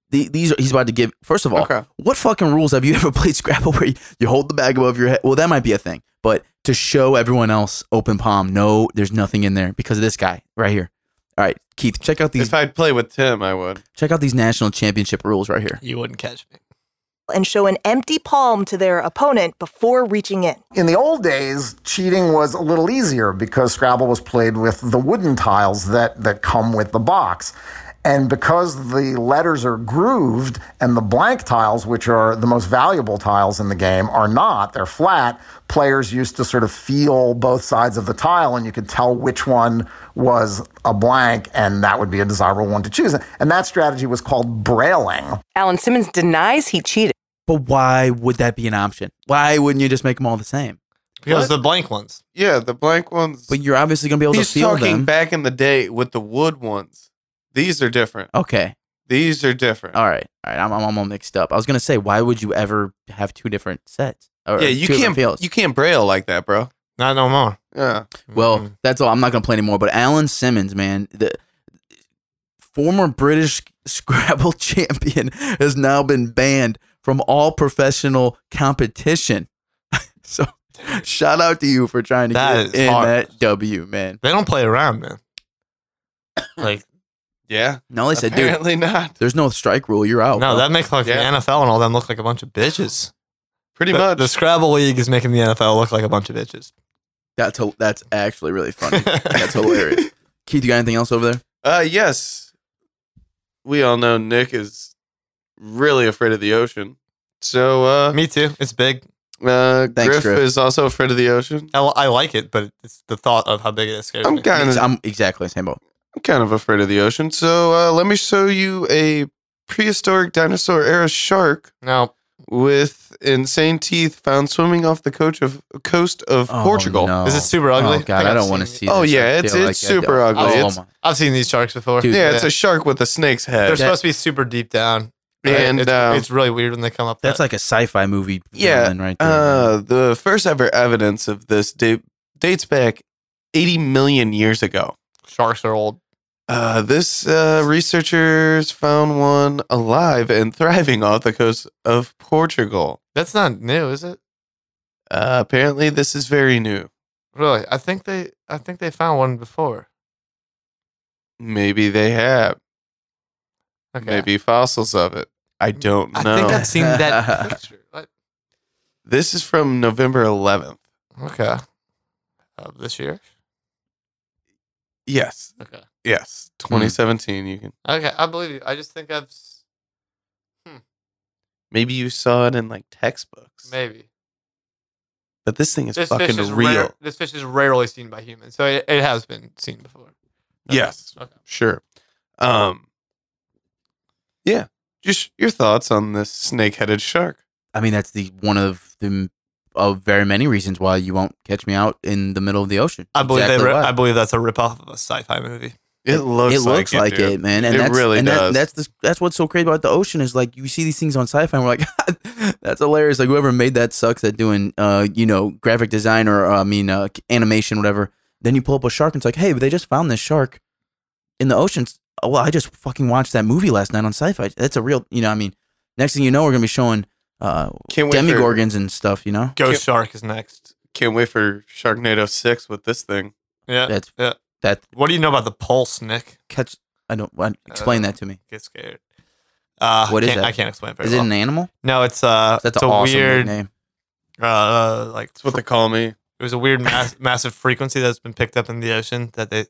Speaker 5: The, these are, he's about to give. First of all,
Speaker 6: Okay.
Speaker 5: what fucking rules have you ever played Scrabble where you, you hold the bag above your head? Well, that might be a thing, but to show everyone else open palm, no, there's nothing in there because of this guy right here. All right, Keith, check out these
Speaker 6: if I'd play with Tim, I would.
Speaker 5: check out these national championship rules right here.
Speaker 2: You wouldn't catch me.
Speaker 7: And show an empty palm to their opponent before reaching in.
Speaker 9: In the old days, cheating was a little easier because Scrabble was played with the wooden tiles that, that come with the box. And because the letters are grooved and the blank tiles, which are the most valuable tiles in the game, are not, they're flat, players used to sort of feel both sides of the tile and you could tell which one was a blank and that would be a desirable one to choose. And that strategy was called brailing.
Speaker 8: Alan Simmons denies he cheated.
Speaker 5: But why would that be an option? Why wouldn't you just make them all the same?
Speaker 2: Because the blank ones.
Speaker 6: Yeah, the blank ones.
Speaker 5: But you're obviously going to be able
Speaker 6: He's
Speaker 5: to feel
Speaker 6: talking
Speaker 5: them.
Speaker 6: back in the day with the wood ones. These are different.
Speaker 5: okay.
Speaker 6: These are different.
Speaker 5: All right. All right. I'm, I'm, I'm all mixed up. I was going to say, why would you ever have two different sets? Or
Speaker 6: yeah, you
Speaker 5: two different
Speaker 6: can't
Speaker 5: fields?
Speaker 6: you can't braille like that, bro.
Speaker 2: Not no more.
Speaker 6: Yeah,
Speaker 5: Well,
Speaker 6: Mm-hmm.
Speaker 2: Mm.
Speaker 5: that's all. I'm not going to play anymore. But Alan Simmons, man, the former British Scrabble champion, has now been banned from all professional competition. so, shout out to you for trying to
Speaker 2: That
Speaker 5: get
Speaker 2: is
Speaker 5: in
Speaker 2: hard.
Speaker 5: that W, man.
Speaker 2: they don't play around, man. Like
Speaker 6: yeah.
Speaker 5: No, they said, dude,
Speaker 6: Apparently not.
Speaker 5: there's no strike rule. You're out.
Speaker 2: no,
Speaker 5: bro.
Speaker 2: that makes like
Speaker 6: Yeah.
Speaker 2: the NFL and all them look like a bunch of bitches.
Speaker 6: Pretty
Speaker 2: The,
Speaker 6: much.
Speaker 2: the Scrabble League is making the NFL look like a bunch of bitches.
Speaker 5: that's hil- that's actually really funny. that's hilarious. Keith, you got anything else over there?
Speaker 6: Uh, yes. We all know Nick is really afraid of the ocean. So, uh,
Speaker 2: Me too. It's big.
Speaker 6: uh Griff,
Speaker 5: Griff.
Speaker 6: is also afraid of the ocean.
Speaker 2: I, I like it, but it's the thought of how big it is scares
Speaker 6: I'm
Speaker 2: me.
Speaker 6: kind of, I'm
Speaker 5: I'm exactly the same boat.
Speaker 6: kind of afraid of the ocean. So, uh, let me show you a prehistoric dinosaur era shark
Speaker 2: No,
Speaker 6: with insane teeth found swimming off the coast of coast of
Speaker 5: Oh,
Speaker 6: Portugal.
Speaker 5: no.
Speaker 2: is it super
Speaker 5: Oh
Speaker 2: ugly?
Speaker 5: god,
Speaker 2: think
Speaker 5: I
Speaker 2: I've
Speaker 5: don't want to
Speaker 2: seen-
Speaker 5: see.
Speaker 6: Oh,
Speaker 5: this. I
Speaker 6: yeah, it's-
Speaker 5: feel
Speaker 6: it's
Speaker 5: I don't-
Speaker 6: super ugly.
Speaker 5: Oh,
Speaker 6: It's-
Speaker 5: my-
Speaker 2: I've seen these sharks before.
Speaker 5: Dude,
Speaker 6: Yeah,
Speaker 2: Yeah.
Speaker 6: it's a shark with a snake's
Speaker 2: They're
Speaker 6: head.
Speaker 5: that-
Speaker 2: supposed to be super deep down,
Speaker 6: And,
Speaker 2: it's,
Speaker 6: um,
Speaker 2: it's really weird when they come up.
Speaker 5: that's like a sci-fi movie.
Speaker 6: Yeah,
Speaker 5: villain right there.
Speaker 6: Uh, the first ever evidence of this da- dates back 80 million years ago.
Speaker 2: sharks are old.
Speaker 6: Uh, this uh, researchers found one alive and thriving off the coast of Portugal.
Speaker 2: That's not new, is it?
Speaker 6: Uh, apparently, this is very new.
Speaker 2: Really? I think they I think they found one before.
Speaker 6: Maybe they have,
Speaker 2: Okay. Mm,
Speaker 6: maybe fossils of it. I don't
Speaker 2: I
Speaker 6: know.
Speaker 2: think I've seen that picture. What?
Speaker 6: this is from November 11th.
Speaker 2: Okay. Of this year?
Speaker 6: Yes,
Speaker 2: Okay.
Speaker 6: yes,
Speaker 2: Mm.
Speaker 6: 2017. You can
Speaker 2: Okay, I believe you. I just think I've s-
Speaker 6: maybe you saw it in like textbooks,
Speaker 2: maybe
Speaker 6: but this thing is
Speaker 2: this
Speaker 6: fucking
Speaker 2: fish is
Speaker 6: real.
Speaker 2: Rare, this fish is rarely seen by humans, so it, it has been seen before. Okay.
Speaker 6: Yes.
Speaker 2: Okay.
Speaker 6: Sure. Um. Yeah. Just your thoughts on this snake-headed shark.
Speaker 5: I mean, that's the one of the of very many reasons why you won't catch me out in the middle of the ocean.
Speaker 2: I believe
Speaker 5: Exactly
Speaker 2: they. Ri-
Speaker 5: why.
Speaker 2: I believe that's a ripoff of a sci-fi movie.
Speaker 6: It looks.
Speaker 5: it looks like it,
Speaker 6: dude.
Speaker 5: man. And
Speaker 6: It
Speaker 5: that's,
Speaker 6: really
Speaker 5: and
Speaker 6: does.
Speaker 5: That, that's the, that's what's so crazy about the ocean is like you see these things on sci-fi, and we're like, that's hilarious. Like whoever made that sucks at doing, uh, you know, graphic design or uh, I mean, uh, animation, whatever. Then you pull up a shark, and it's like, hey, but they just found this shark in the oceans. Oh, well, I just fucking watched that movie last night on sci-fi. That's a real, you know. I mean, next thing you know, we're gonna be showing uh,
Speaker 6: Can't wait for
Speaker 5: demigorgons and stuff. You know,
Speaker 2: Ghost
Speaker 6: Can't-
Speaker 2: Shark is next.
Speaker 6: Can't wait for Sharknado six with this thing.
Speaker 2: Yeah.
Speaker 5: that's
Speaker 2: yeah.
Speaker 5: that
Speaker 2: What do you know about the pulse, Nick?
Speaker 5: catch. I don't what, explain that to me.
Speaker 2: Get scared. Uh,
Speaker 5: What
Speaker 2: I
Speaker 5: is
Speaker 2: can't-
Speaker 5: that?
Speaker 2: I can't explain it very
Speaker 5: Is it
Speaker 2: well.
Speaker 5: an animal?
Speaker 2: no, it's uh,
Speaker 5: That's
Speaker 2: it's
Speaker 5: an
Speaker 2: a
Speaker 5: awesome
Speaker 2: weird,
Speaker 5: name.
Speaker 2: uh, uh, like
Speaker 6: That's what they call me.
Speaker 2: it was a weird mass, massive frequency that's been picked up in the ocean that they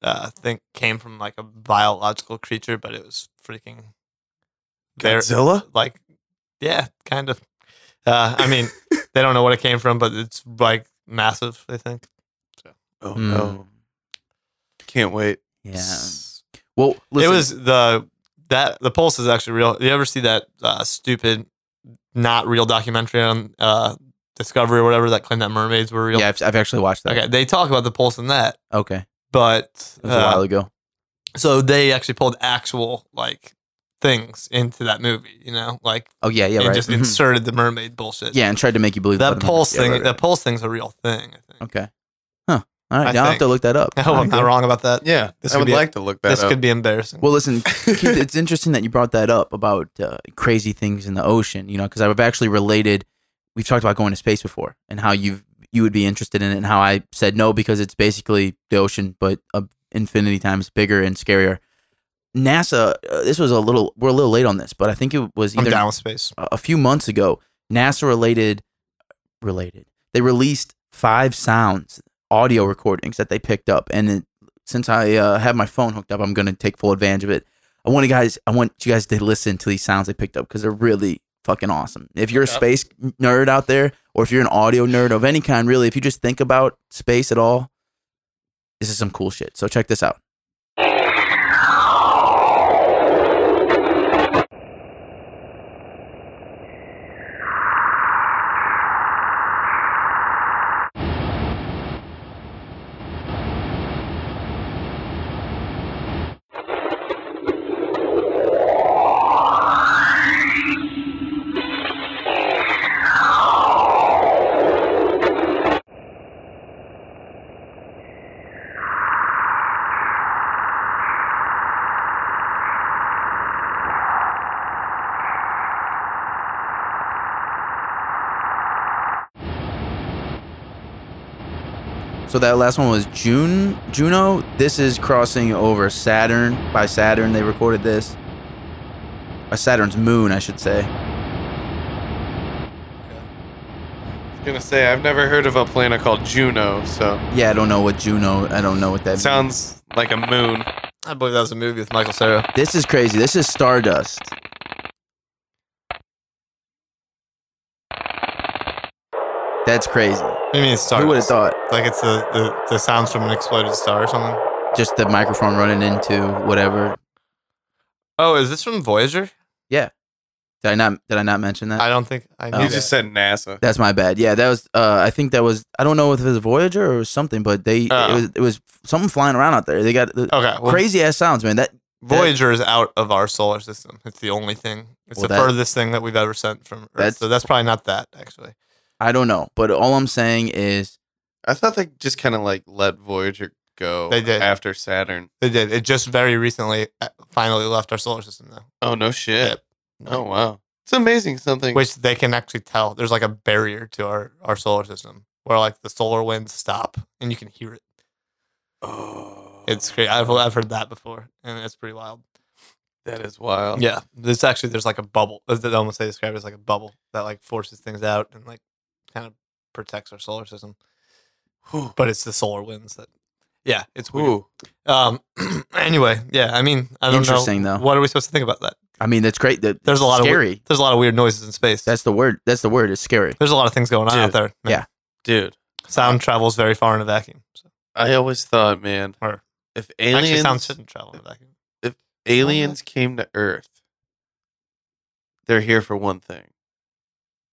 Speaker 2: uh, think came from like a biological creature, but it was freaking there-
Speaker 6: Godzilla.
Speaker 2: Like, yeah, kind of. Uh, I mean, they don't know what it came from, but it's like massive. They think.
Speaker 6: Oh
Speaker 5: Hmm.
Speaker 6: no! Can't wait.
Speaker 5: Yeah. Well, listen,
Speaker 2: It was the that the pulse is actually real. You ever see that uh, stupid, not real documentary on uh, Discovery or whatever that claimed that mermaids were real?
Speaker 5: Yeah, I've, I've actually watched that.
Speaker 2: Okay, they talk about the pulse in that,
Speaker 5: Okay. It
Speaker 2: but
Speaker 5: was a
Speaker 2: uh,
Speaker 5: while ago.
Speaker 2: so they actually pulled actual like things into that movie. You know, like
Speaker 5: Oh yeah, yeah,
Speaker 2: and
Speaker 5: right.
Speaker 2: just
Speaker 5: Mhm.
Speaker 2: inserted the mermaid bullshit.
Speaker 5: Yeah, and tried to make you believe
Speaker 2: that pulse thing.
Speaker 5: That
Speaker 2: That pulse thing's a real thing. I think.
Speaker 5: okay. Huh. All
Speaker 2: I
Speaker 5: right. Now I'll have
Speaker 2: think.
Speaker 5: to look that up.
Speaker 2: I hope I'm
Speaker 5: Alright,
Speaker 2: not
Speaker 5: cool.
Speaker 2: wrong about that.
Speaker 6: Yeah,
Speaker 2: This
Speaker 6: I
Speaker 2: could
Speaker 6: would
Speaker 2: be a-
Speaker 6: like to look that
Speaker 2: This
Speaker 6: up.
Speaker 2: could be embarrassing.
Speaker 5: Well, listen, Keith, it's interesting that you brought that up about uh, crazy things in the ocean. You know, because I've actually related. We've talked about going to space before, and how you have you would be interested in it, and how I said no because it's basically the ocean, but uh, infinity times bigger and scarier. NASA. Uh, this was a little. We're a little late on this, but I think it was
Speaker 2: I'm
Speaker 5: either
Speaker 2: down with space.
Speaker 5: a a few months ago, NASA related related. They released five sounds, audio recordings that they picked up, and it since I uh, have my phone hooked up, I'm going to take full advantage of it. I want you guys. I want you guys to listen to these sounds I picked up because they're really fucking awesome. If you're a space nerd out there, or if you're an audio nerd of any kind, really, if you just think about space at all, this is some cool shit. So check this out. So that last one was June Juno. This is crossing over Saturn by Saturn. They recorded this by Saturn's moon, I should say.
Speaker 6: I was gonna say I've never heard of a planet called Juno, so
Speaker 5: Yeah, I don't know what Juno. I don't know what that.
Speaker 6: sounds like a moon.
Speaker 2: I believe that was a movie with Michael Cera.
Speaker 5: This is crazy. This is Stardust. That's crazy.
Speaker 2: What do you mean it's
Speaker 5: Who would have
Speaker 2: Stardust?
Speaker 5: thought?
Speaker 2: Like it's the, the, the sounds from an exploded star or something.
Speaker 5: Just the microphone running into whatever.
Speaker 2: Oh, is this from Voyager?
Speaker 5: Did I not? Did I not mention that?
Speaker 2: I don't think I knew
Speaker 6: You
Speaker 5: Okay.
Speaker 6: just said NASA.
Speaker 5: That's my bad. Yeah, that was. Uh, I think that was. I don't know if it was Voyager or it was something, but they
Speaker 6: Oh.
Speaker 5: it was it was something flying around out there. They got the
Speaker 2: that. Okay, Uh. well,
Speaker 5: crazy ass sounds, man. That
Speaker 2: Voyager is out of our solar system. It's the only thing. It's
Speaker 5: Well,
Speaker 2: the
Speaker 5: that-
Speaker 2: furthest thing that we've ever sent from Earth.
Speaker 5: That's-
Speaker 2: so that's probably not that actually.
Speaker 5: I don't know, but all I'm saying is
Speaker 6: I thought they just kind of like let Voyager go
Speaker 2: They did.
Speaker 6: after Saturn.
Speaker 2: They did. It just very recently uh, finally left our solar system though.
Speaker 6: Oh no shit!
Speaker 2: Yep.
Speaker 6: Oh wow, it's amazing. Something
Speaker 2: Which they can actually tell. There's like a barrier to our, our solar system where like the solar winds stop and you can hear it.
Speaker 6: oh,
Speaker 2: It's great. I've, I've heard that before and it's pretty wild.
Speaker 6: that is wild.
Speaker 2: Yeah, there's actually there's like a bubble. That's the- almost they describe it as like a bubble that like forces things out and like kind of protects our solar system. But it's the solar winds that. Yeah, it's weird.
Speaker 6: Ooh.
Speaker 2: Um. anyway, yeah. I mean, I don't
Speaker 5: Interesting,
Speaker 2: know.
Speaker 5: though.
Speaker 2: What are we supposed to think about that?
Speaker 5: I mean that's great. That
Speaker 2: There's a lot
Speaker 5: scary.
Speaker 2: of weird, there's a lot of weird noises in space.
Speaker 5: That's the word. That's the word. It's scary.
Speaker 2: there's a lot of things going on out
Speaker 6: Dude.
Speaker 2: there. man.
Speaker 5: Yeah.
Speaker 6: dude.
Speaker 2: Sound travels very far in a vacuum. So.
Speaker 6: I always thought, man,
Speaker 2: Or-
Speaker 6: if
Speaker 2: Actually,
Speaker 6: aliens
Speaker 2: sound shouldn't travel in a vacuum.
Speaker 6: aliens came to Earth, they're here for one thing: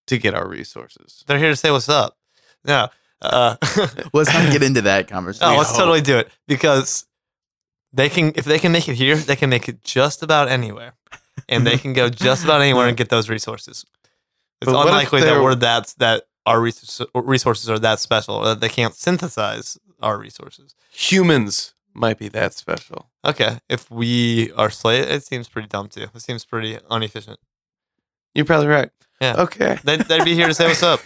Speaker 6: to get our resources.
Speaker 2: They're here to say what's up. No. Uh,
Speaker 5: Let's not get into that conversation.
Speaker 2: Oh, let's
Speaker 6: hope.
Speaker 2: totally do it because they can if they can make it here, they can make it just about anywhere, and they can go just about anywhere and get those resources. It's
Speaker 6: But what if
Speaker 2: unlikely that
Speaker 6: they're-
Speaker 2: we're that that our resources resources are that special or that they can't synthesize our resources.
Speaker 6: Humans might be that special.
Speaker 2: Okay, if we are slave, it seems pretty dumb too. It seems pretty inefficient.
Speaker 6: You're probably right.
Speaker 2: Yeah.
Speaker 6: Okay.
Speaker 2: They'd, they'd be here to say what's up.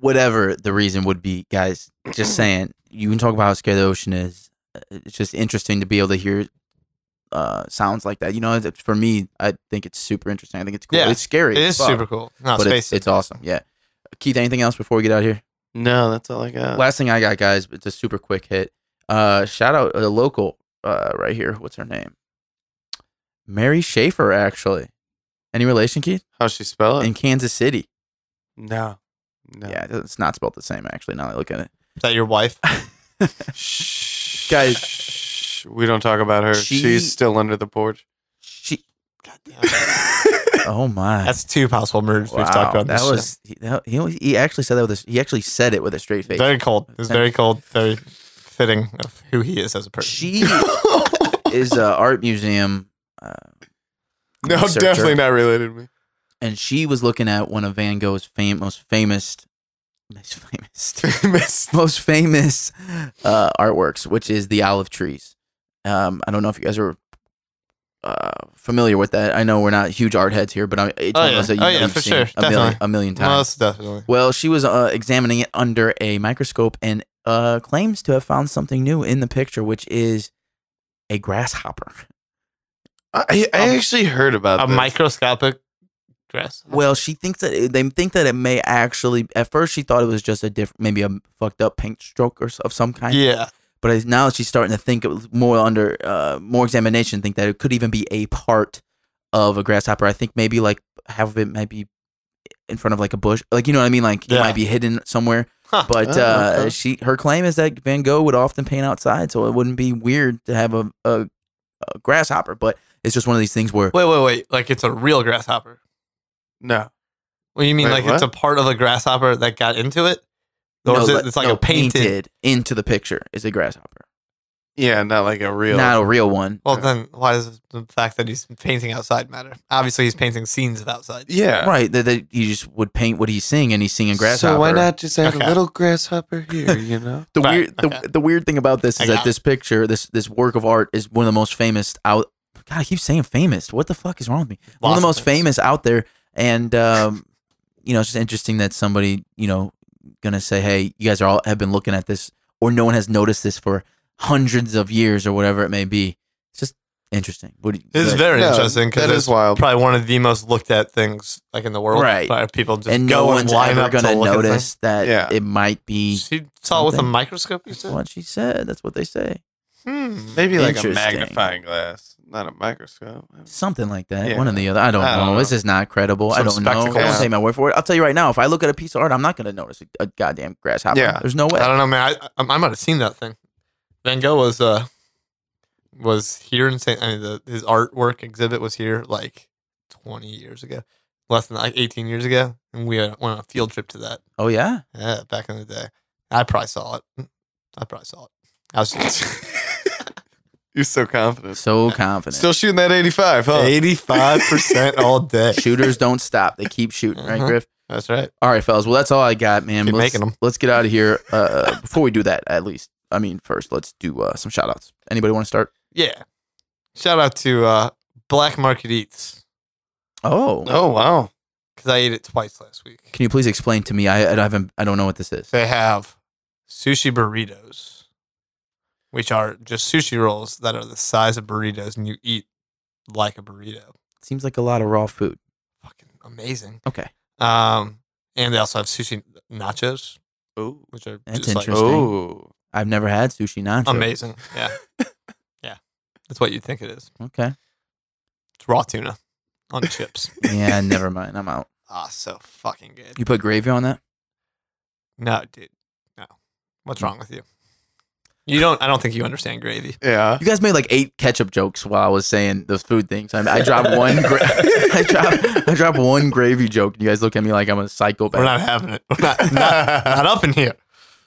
Speaker 5: Whatever the reason would be, guys. Just saying. You can talk about how scary the ocean is. Uh, It's just interesting to be able to hear uh, sounds like that. You know, it's- for me, I think it's super interesting. I think it's cool.
Speaker 2: Yeah,
Speaker 5: it's scary.
Speaker 2: It
Speaker 5: as
Speaker 2: is
Speaker 5: fuck,
Speaker 2: super cool. No,
Speaker 5: but
Speaker 2: space.
Speaker 5: it's, it's awesome. Yeah. Keith, anything else before we get out of here?
Speaker 6: No, that's all I
Speaker 2: Uh.
Speaker 6: got.
Speaker 5: Last thing I got, guys, it's a super quick hit. Uh, shout out a local uh, right here. What's her name? Mary Schaefer, actually. Any relation, Keith?
Speaker 6: How she spell it?
Speaker 5: In Kansas City.
Speaker 6: no. No.
Speaker 5: Yeah, it's not spelled the same, actually, now that I look at
Speaker 2: Is that your wife?
Speaker 5: it.
Speaker 6: Shh.
Speaker 5: Guys.
Speaker 6: Shh. We don't talk about her.
Speaker 5: She-
Speaker 6: She's still under the porch.
Speaker 5: she,
Speaker 6: That's
Speaker 5: oh, my.
Speaker 2: That's two possible murders we've
Speaker 5: Wow,
Speaker 2: talked about. in
Speaker 5: That
Speaker 2: this show.
Speaker 5: was, he, that- he, only- he actually said that with a, he actually said it with a straight face.
Speaker 2: Very cold. It's very cold. Very fitting of who he is as a person.
Speaker 5: She is an art museum. Uh,
Speaker 6: no,
Speaker 5: Researcher.
Speaker 6: definitely not related to me.
Speaker 5: and she was looking at one of Van Gogh's fam- most famous, most famous,
Speaker 6: Famous.
Speaker 5: most famous uh, artworks, which is the olive trees. Um, I don't know if you guys are uh, familiar with that. I know we're not huge art heads here, but I, it's
Speaker 2: Oh,
Speaker 5: one of
Speaker 2: yeah.
Speaker 5: those that you
Speaker 2: Oh,
Speaker 5: know
Speaker 2: yeah,
Speaker 5: you've
Speaker 2: for
Speaker 5: seen
Speaker 2: sure.
Speaker 5: a, million,
Speaker 2: Definitely.
Speaker 5: a million times.
Speaker 2: Most definitely.
Speaker 5: well, she was uh, examining it under a microscope and uh, claims to have found something new in the picture, which is a grasshopper.
Speaker 6: I, I actually heard about
Speaker 2: A
Speaker 6: this.
Speaker 2: microscopic dress.
Speaker 5: Well, she thinks that it, they think that it may actually. At first, she thought it was just a different, maybe a fucked up paint stroke or s- of some kind.
Speaker 2: yeah.
Speaker 5: But I- now she's starting to think of- more under uh, more examination, think that it could even be a part of a grasshopper. I think maybe like half of it might be in front of like a bush, like you know what I mean, like it
Speaker 2: Yeah.
Speaker 5: might be hidden somewhere.
Speaker 2: Huh.
Speaker 5: But
Speaker 6: Oh,
Speaker 5: uh,
Speaker 6: okay.
Speaker 5: she her claim is that Van Gogh would often paint outside, so it wouldn't be weird to have a, a, a grasshopper. But it's just one of these things where
Speaker 2: Wait, wait, wait. Like it's a real grasshopper.
Speaker 6: No.
Speaker 2: What do you mean?
Speaker 6: Wait,
Speaker 2: like it's a
Speaker 6: what?
Speaker 2: part of a grasshopper that got into it? Or is
Speaker 5: no,
Speaker 2: it,
Speaker 5: let-
Speaker 2: it's like
Speaker 5: no,
Speaker 2: a painted.
Speaker 5: into the picture is a grasshopper,
Speaker 6: Yeah, not like a real.
Speaker 5: not a real one.
Speaker 2: Well, then why does the fact that he's painting outside matter? Obviously, he's painting scenes of outside.
Speaker 6: yeah.
Speaker 5: Right, that, that he just would paint what he's seeing, and he's seeing grasshopper.
Speaker 6: So why not just add
Speaker 2: Okay.
Speaker 6: a little grasshopper here? You know.
Speaker 5: The
Speaker 2: Right,
Speaker 5: weird, the,
Speaker 2: okay.
Speaker 5: the weird thing about this
Speaker 2: I
Speaker 5: is that
Speaker 2: got
Speaker 5: this picture, this this work of art, is one of the most famous out. God, I keep saying famous. What the fuck is wrong with me? one of
Speaker 2: Lots
Speaker 5: the
Speaker 2: of
Speaker 5: most
Speaker 2: things.
Speaker 5: famous out there, and um, you know, it's just interesting that somebody, you know, gonna say, "Hey, you guys are all have been looking at this, or no one has noticed this for hundreds of years, or whatever it may be." It's just interesting. What do you,
Speaker 2: It's
Speaker 5: like-
Speaker 2: very
Speaker 6: No,
Speaker 2: interesting because
Speaker 6: that
Speaker 2: it's
Speaker 6: is wild.
Speaker 2: probably one of the most looked at things like in the world.
Speaker 5: Right.
Speaker 2: Like, people just
Speaker 5: and no
Speaker 2: go and
Speaker 5: one's
Speaker 2: line
Speaker 5: ever
Speaker 2: up to
Speaker 5: gonna
Speaker 2: look
Speaker 5: notice that
Speaker 6: Yeah.
Speaker 5: it might be.
Speaker 2: At things. She saw it with a
Speaker 5: something.
Speaker 2: microscope. You
Speaker 5: That's
Speaker 2: said.
Speaker 5: what she said. That's what they say.
Speaker 2: Hmm.
Speaker 6: Maybe like a
Speaker 5: Interesting.
Speaker 6: magnifying glass, not a microscope.
Speaker 5: something like that.
Speaker 6: Yeah.
Speaker 5: One or the other. I don't,
Speaker 6: I
Speaker 5: know.
Speaker 6: don't know.
Speaker 5: This is not credible. I
Speaker 2: Some
Speaker 5: don't know.
Speaker 2: spectacle.
Speaker 5: Don't
Speaker 6: Yeah.
Speaker 5: take my word for it. I'll tell you right now. If I look at a piece of art, I'm not going to notice a, a goddamn grasshopper.
Speaker 6: Yeah.
Speaker 5: There's no way.
Speaker 2: I don't know, man. I, I, I might have seen that thing. Van Gogh was uh was here in St. I mean, the, his artwork exhibit was here like 20 years ago, less than like 18 years ago, and we uh, went on a field trip to that.
Speaker 5: Oh yeah.
Speaker 2: Yeah, back in the day, I probably saw it. I probably saw it. I was
Speaker 6: You're so confident.
Speaker 5: So confident.
Speaker 6: Still shooting that 85, huh?
Speaker 2: 85% all day.
Speaker 5: Shooters don't stop. They keep shooting, right,
Speaker 2: Uh-huh.
Speaker 5: Griff?
Speaker 2: That's right.
Speaker 5: All right, fellas. Well, that's all I got, man.
Speaker 2: Keep
Speaker 5: let's,
Speaker 2: making 'em.
Speaker 5: let's get out of here. Uh, before we do that, at least, I mean, first, let's do uh, some shout outs. Anybody want to start?
Speaker 2: Yeah. Shout out to uh, Black Market Eats
Speaker 5: Oh.
Speaker 6: Oh wow.
Speaker 2: because I ate it twice last week.
Speaker 5: Can you please explain to me? I, I haven't. I don't know what this is.
Speaker 2: They have sushi burritos, which are just sushi rolls that are the size of burritos, and you eat like a burrito.
Speaker 5: Seems like a lot of raw food.
Speaker 2: Fucking amazing.
Speaker 5: Okay.
Speaker 2: Um, and they also have sushi nachos,
Speaker 6: Oh.
Speaker 2: which are
Speaker 5: That's
Speaker 2: just like
Speaker 5: interesting.
Speaker 6: Oh.
Speaker 5: I've never had sushi nacho.
Speaker 2: amazing. Yeah. yeah. That's what you'd think it is.
Speaker 5: Okay.
Speaker 2: It's raw tuna on chips.
Speaker 5: Yeah. never mind. I'm out.
Speaker 2: Ah, so fucking good.
Speaker 5: You put gravy on that?
Speaker 2: No, dude. No. What's
Speaker 5: Hmm.
Speaker 2: wrong with you? You don't. I don't think you understand gravy.
Speaker 6: Yeah.
Speaker 5: You guys made like eight ketchup jokes while I was saying those food things. I, I dropped one. Gra- I dropped. I dropped one gravy joke. and You guys look at me like I'm a psychopath.
Speaker 2: We're not having it. We're not, not, not up in here.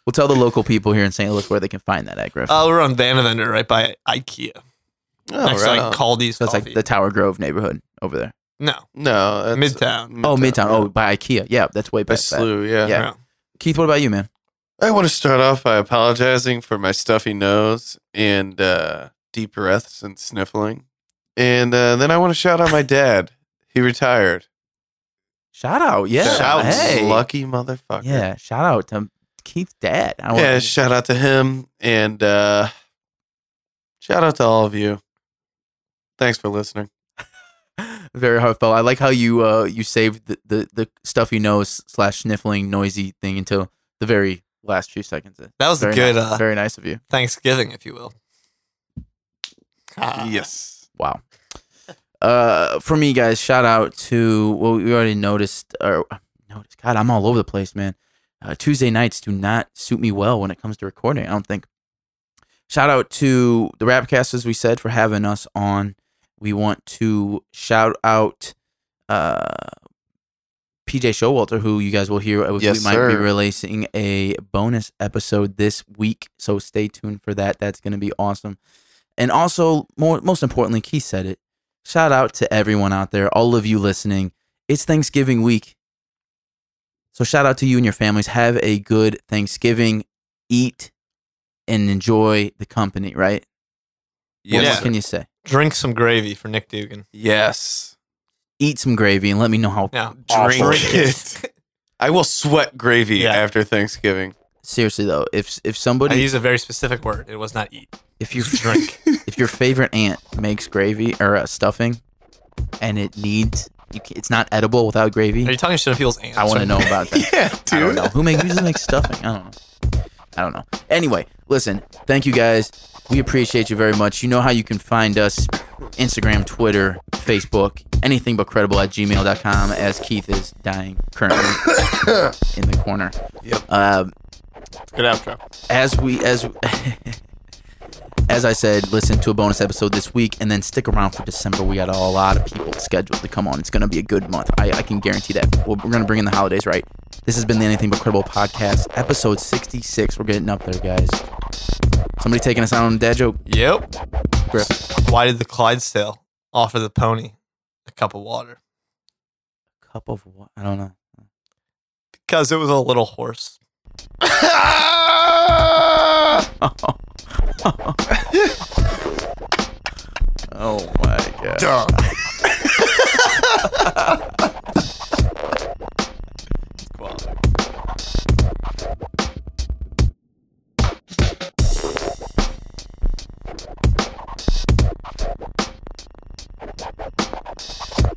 Speaker 5: we'll tell the local people here in St. Louis where they can find that at Griff.
Speaker 2: Uh, we're on Vanavender, right by IKEA.
Speaker 6: Oh,
Speaker 2: Next
Speaker 6: right
Speaker 2: to
Speaker 6: on.
Speaker 2: like Caldi's
Speaker 5: so it's
Speaker 2: coffee.
Speaker 5: like the Tower Grove neighborhood over there.
Speaker 2: no,
Speaker 6: no, that's
Speaker 2: Midtown.
Speaker 5: Oh, Midtown. Oh, by IKEA. Yeah, that's way
Speaker 6: by
Speaker 5: past that.
Speaker 6: slew. Yeah.
Speaker 5: Yeah.
Speaker 2: no.
Speaker 5: Keith, what about you, man?
Speaker 6: I want to start off by apologizing for my stuffy nose and uh, deep breaths and sniffling, and uh, then I want to shout out my dad. He retired.
Speaker 5: Shout out. Yeah.
Speaker 6: shout
Speaker 5: hey.
Speaker 6: lucky motherfucker.
Speaker 5: Yeah. Shout out to Keith's dad. I want-
Speaker 6: yeah. Shout out to him, and uh, shout out to all of you. Thanks for listening.
Speaker 5: Very heartfelt. I like how you uh you saved the the, the stuffy nose slash sniffling noisy thing until the very last few seconds.
Speaker 2: That was a
Speaker 5: Very
Speaker 2: good
Speaker 5: nice-
Speaker 2: uh,
Speaker 5: very nice of you.
Speaker 2: Thanksgiving, if you will. Ah.
Speaker 6: yes.
Speaker 5: Wow. Uh, for me, guys, shout out to well, we already noticed or noticed. God, I'm all over the place, man. Uh, Tuesday nights do not suit me well when it comes to recording. I don't think. Shout out to the Rapcast, as we said, for having us on. We want to shout out uh, PJ Showalter, who you guys will hear. We
Speaker 6: Yes,
Speaker 5: might be
Speaker 6: sir.
Speaker 5: releasing a bonus episode this week, so stay tuned for that. That's going to be awesome. And also, more most importantly, Keith said it. Shout out to everyone out there, all of you listening. It's Thanksgiving week. So shout out to you and your families. Have a good Thanksgiving. Eat and enjoy the company, right? What more
Speaker 6: Yes.
Speaker 5: can you say?
Speaker 2: Drink some gravy for Nick Dugan.
Speaker 6: Yes.
Speaker 5: Eat some gravy and let me know how
Speaker 2: No.
Speaker 6: Drink
Speaker 5: awful
Speaker 6: it. I will sweat gravy
Speaker 2: Yeah.
Speaker 6: after Thanksgiving.
Speaker 5: Seriously though, if if
Speaker 2: I
Speaker 5: somebody
Speaker 2: use a very specific word. It was not eat.
Speaker 5: if you
Speaker 2: Drink.
Speaker 5: if your favorite aunt makes gravy or uh, stuffing and it needs you ca it's not edible without
Speaker 2: Are
Speaker 5: gravy,
Speaker 2: you talking shit on people's ants?
Speaker 5: I want to know about that.
Speaker 6: Yeah, dude.
Speaker 5: I don't know. Who make usually makes stuffing? I don't know. I don't know. Anyway, listen, thank you guys. We appreciate you very much. You know how you can find us Instagram, Twitter, Facebook, anything but credible at gmail.com as Keith is dying currently in the corner. Yep. Um,
Speaker 6: Good outro.
Speaker 5: as we as as I said, listen to a bonus episode this week and then stick around for December. We got a lot of people scheduled to come on. It's going to be a good month. I, I can guarantee that. We're, we're going to bring in the holidays, right? This has been the Anything But Credible podcast, episode 66. We're getting up there, guys. Somebody taking us out on a dad joke,
Speaker 2: Yep.
Speaker 5: Griff.
Speaker 2: Why did the Clydesdale offer the pony a cup of water?
Speaker 5: Cup of what? I don't know.
Speaker 2: Because it was a little horse.
Speaker 5: Oh my god.
Speaker 6: Quality.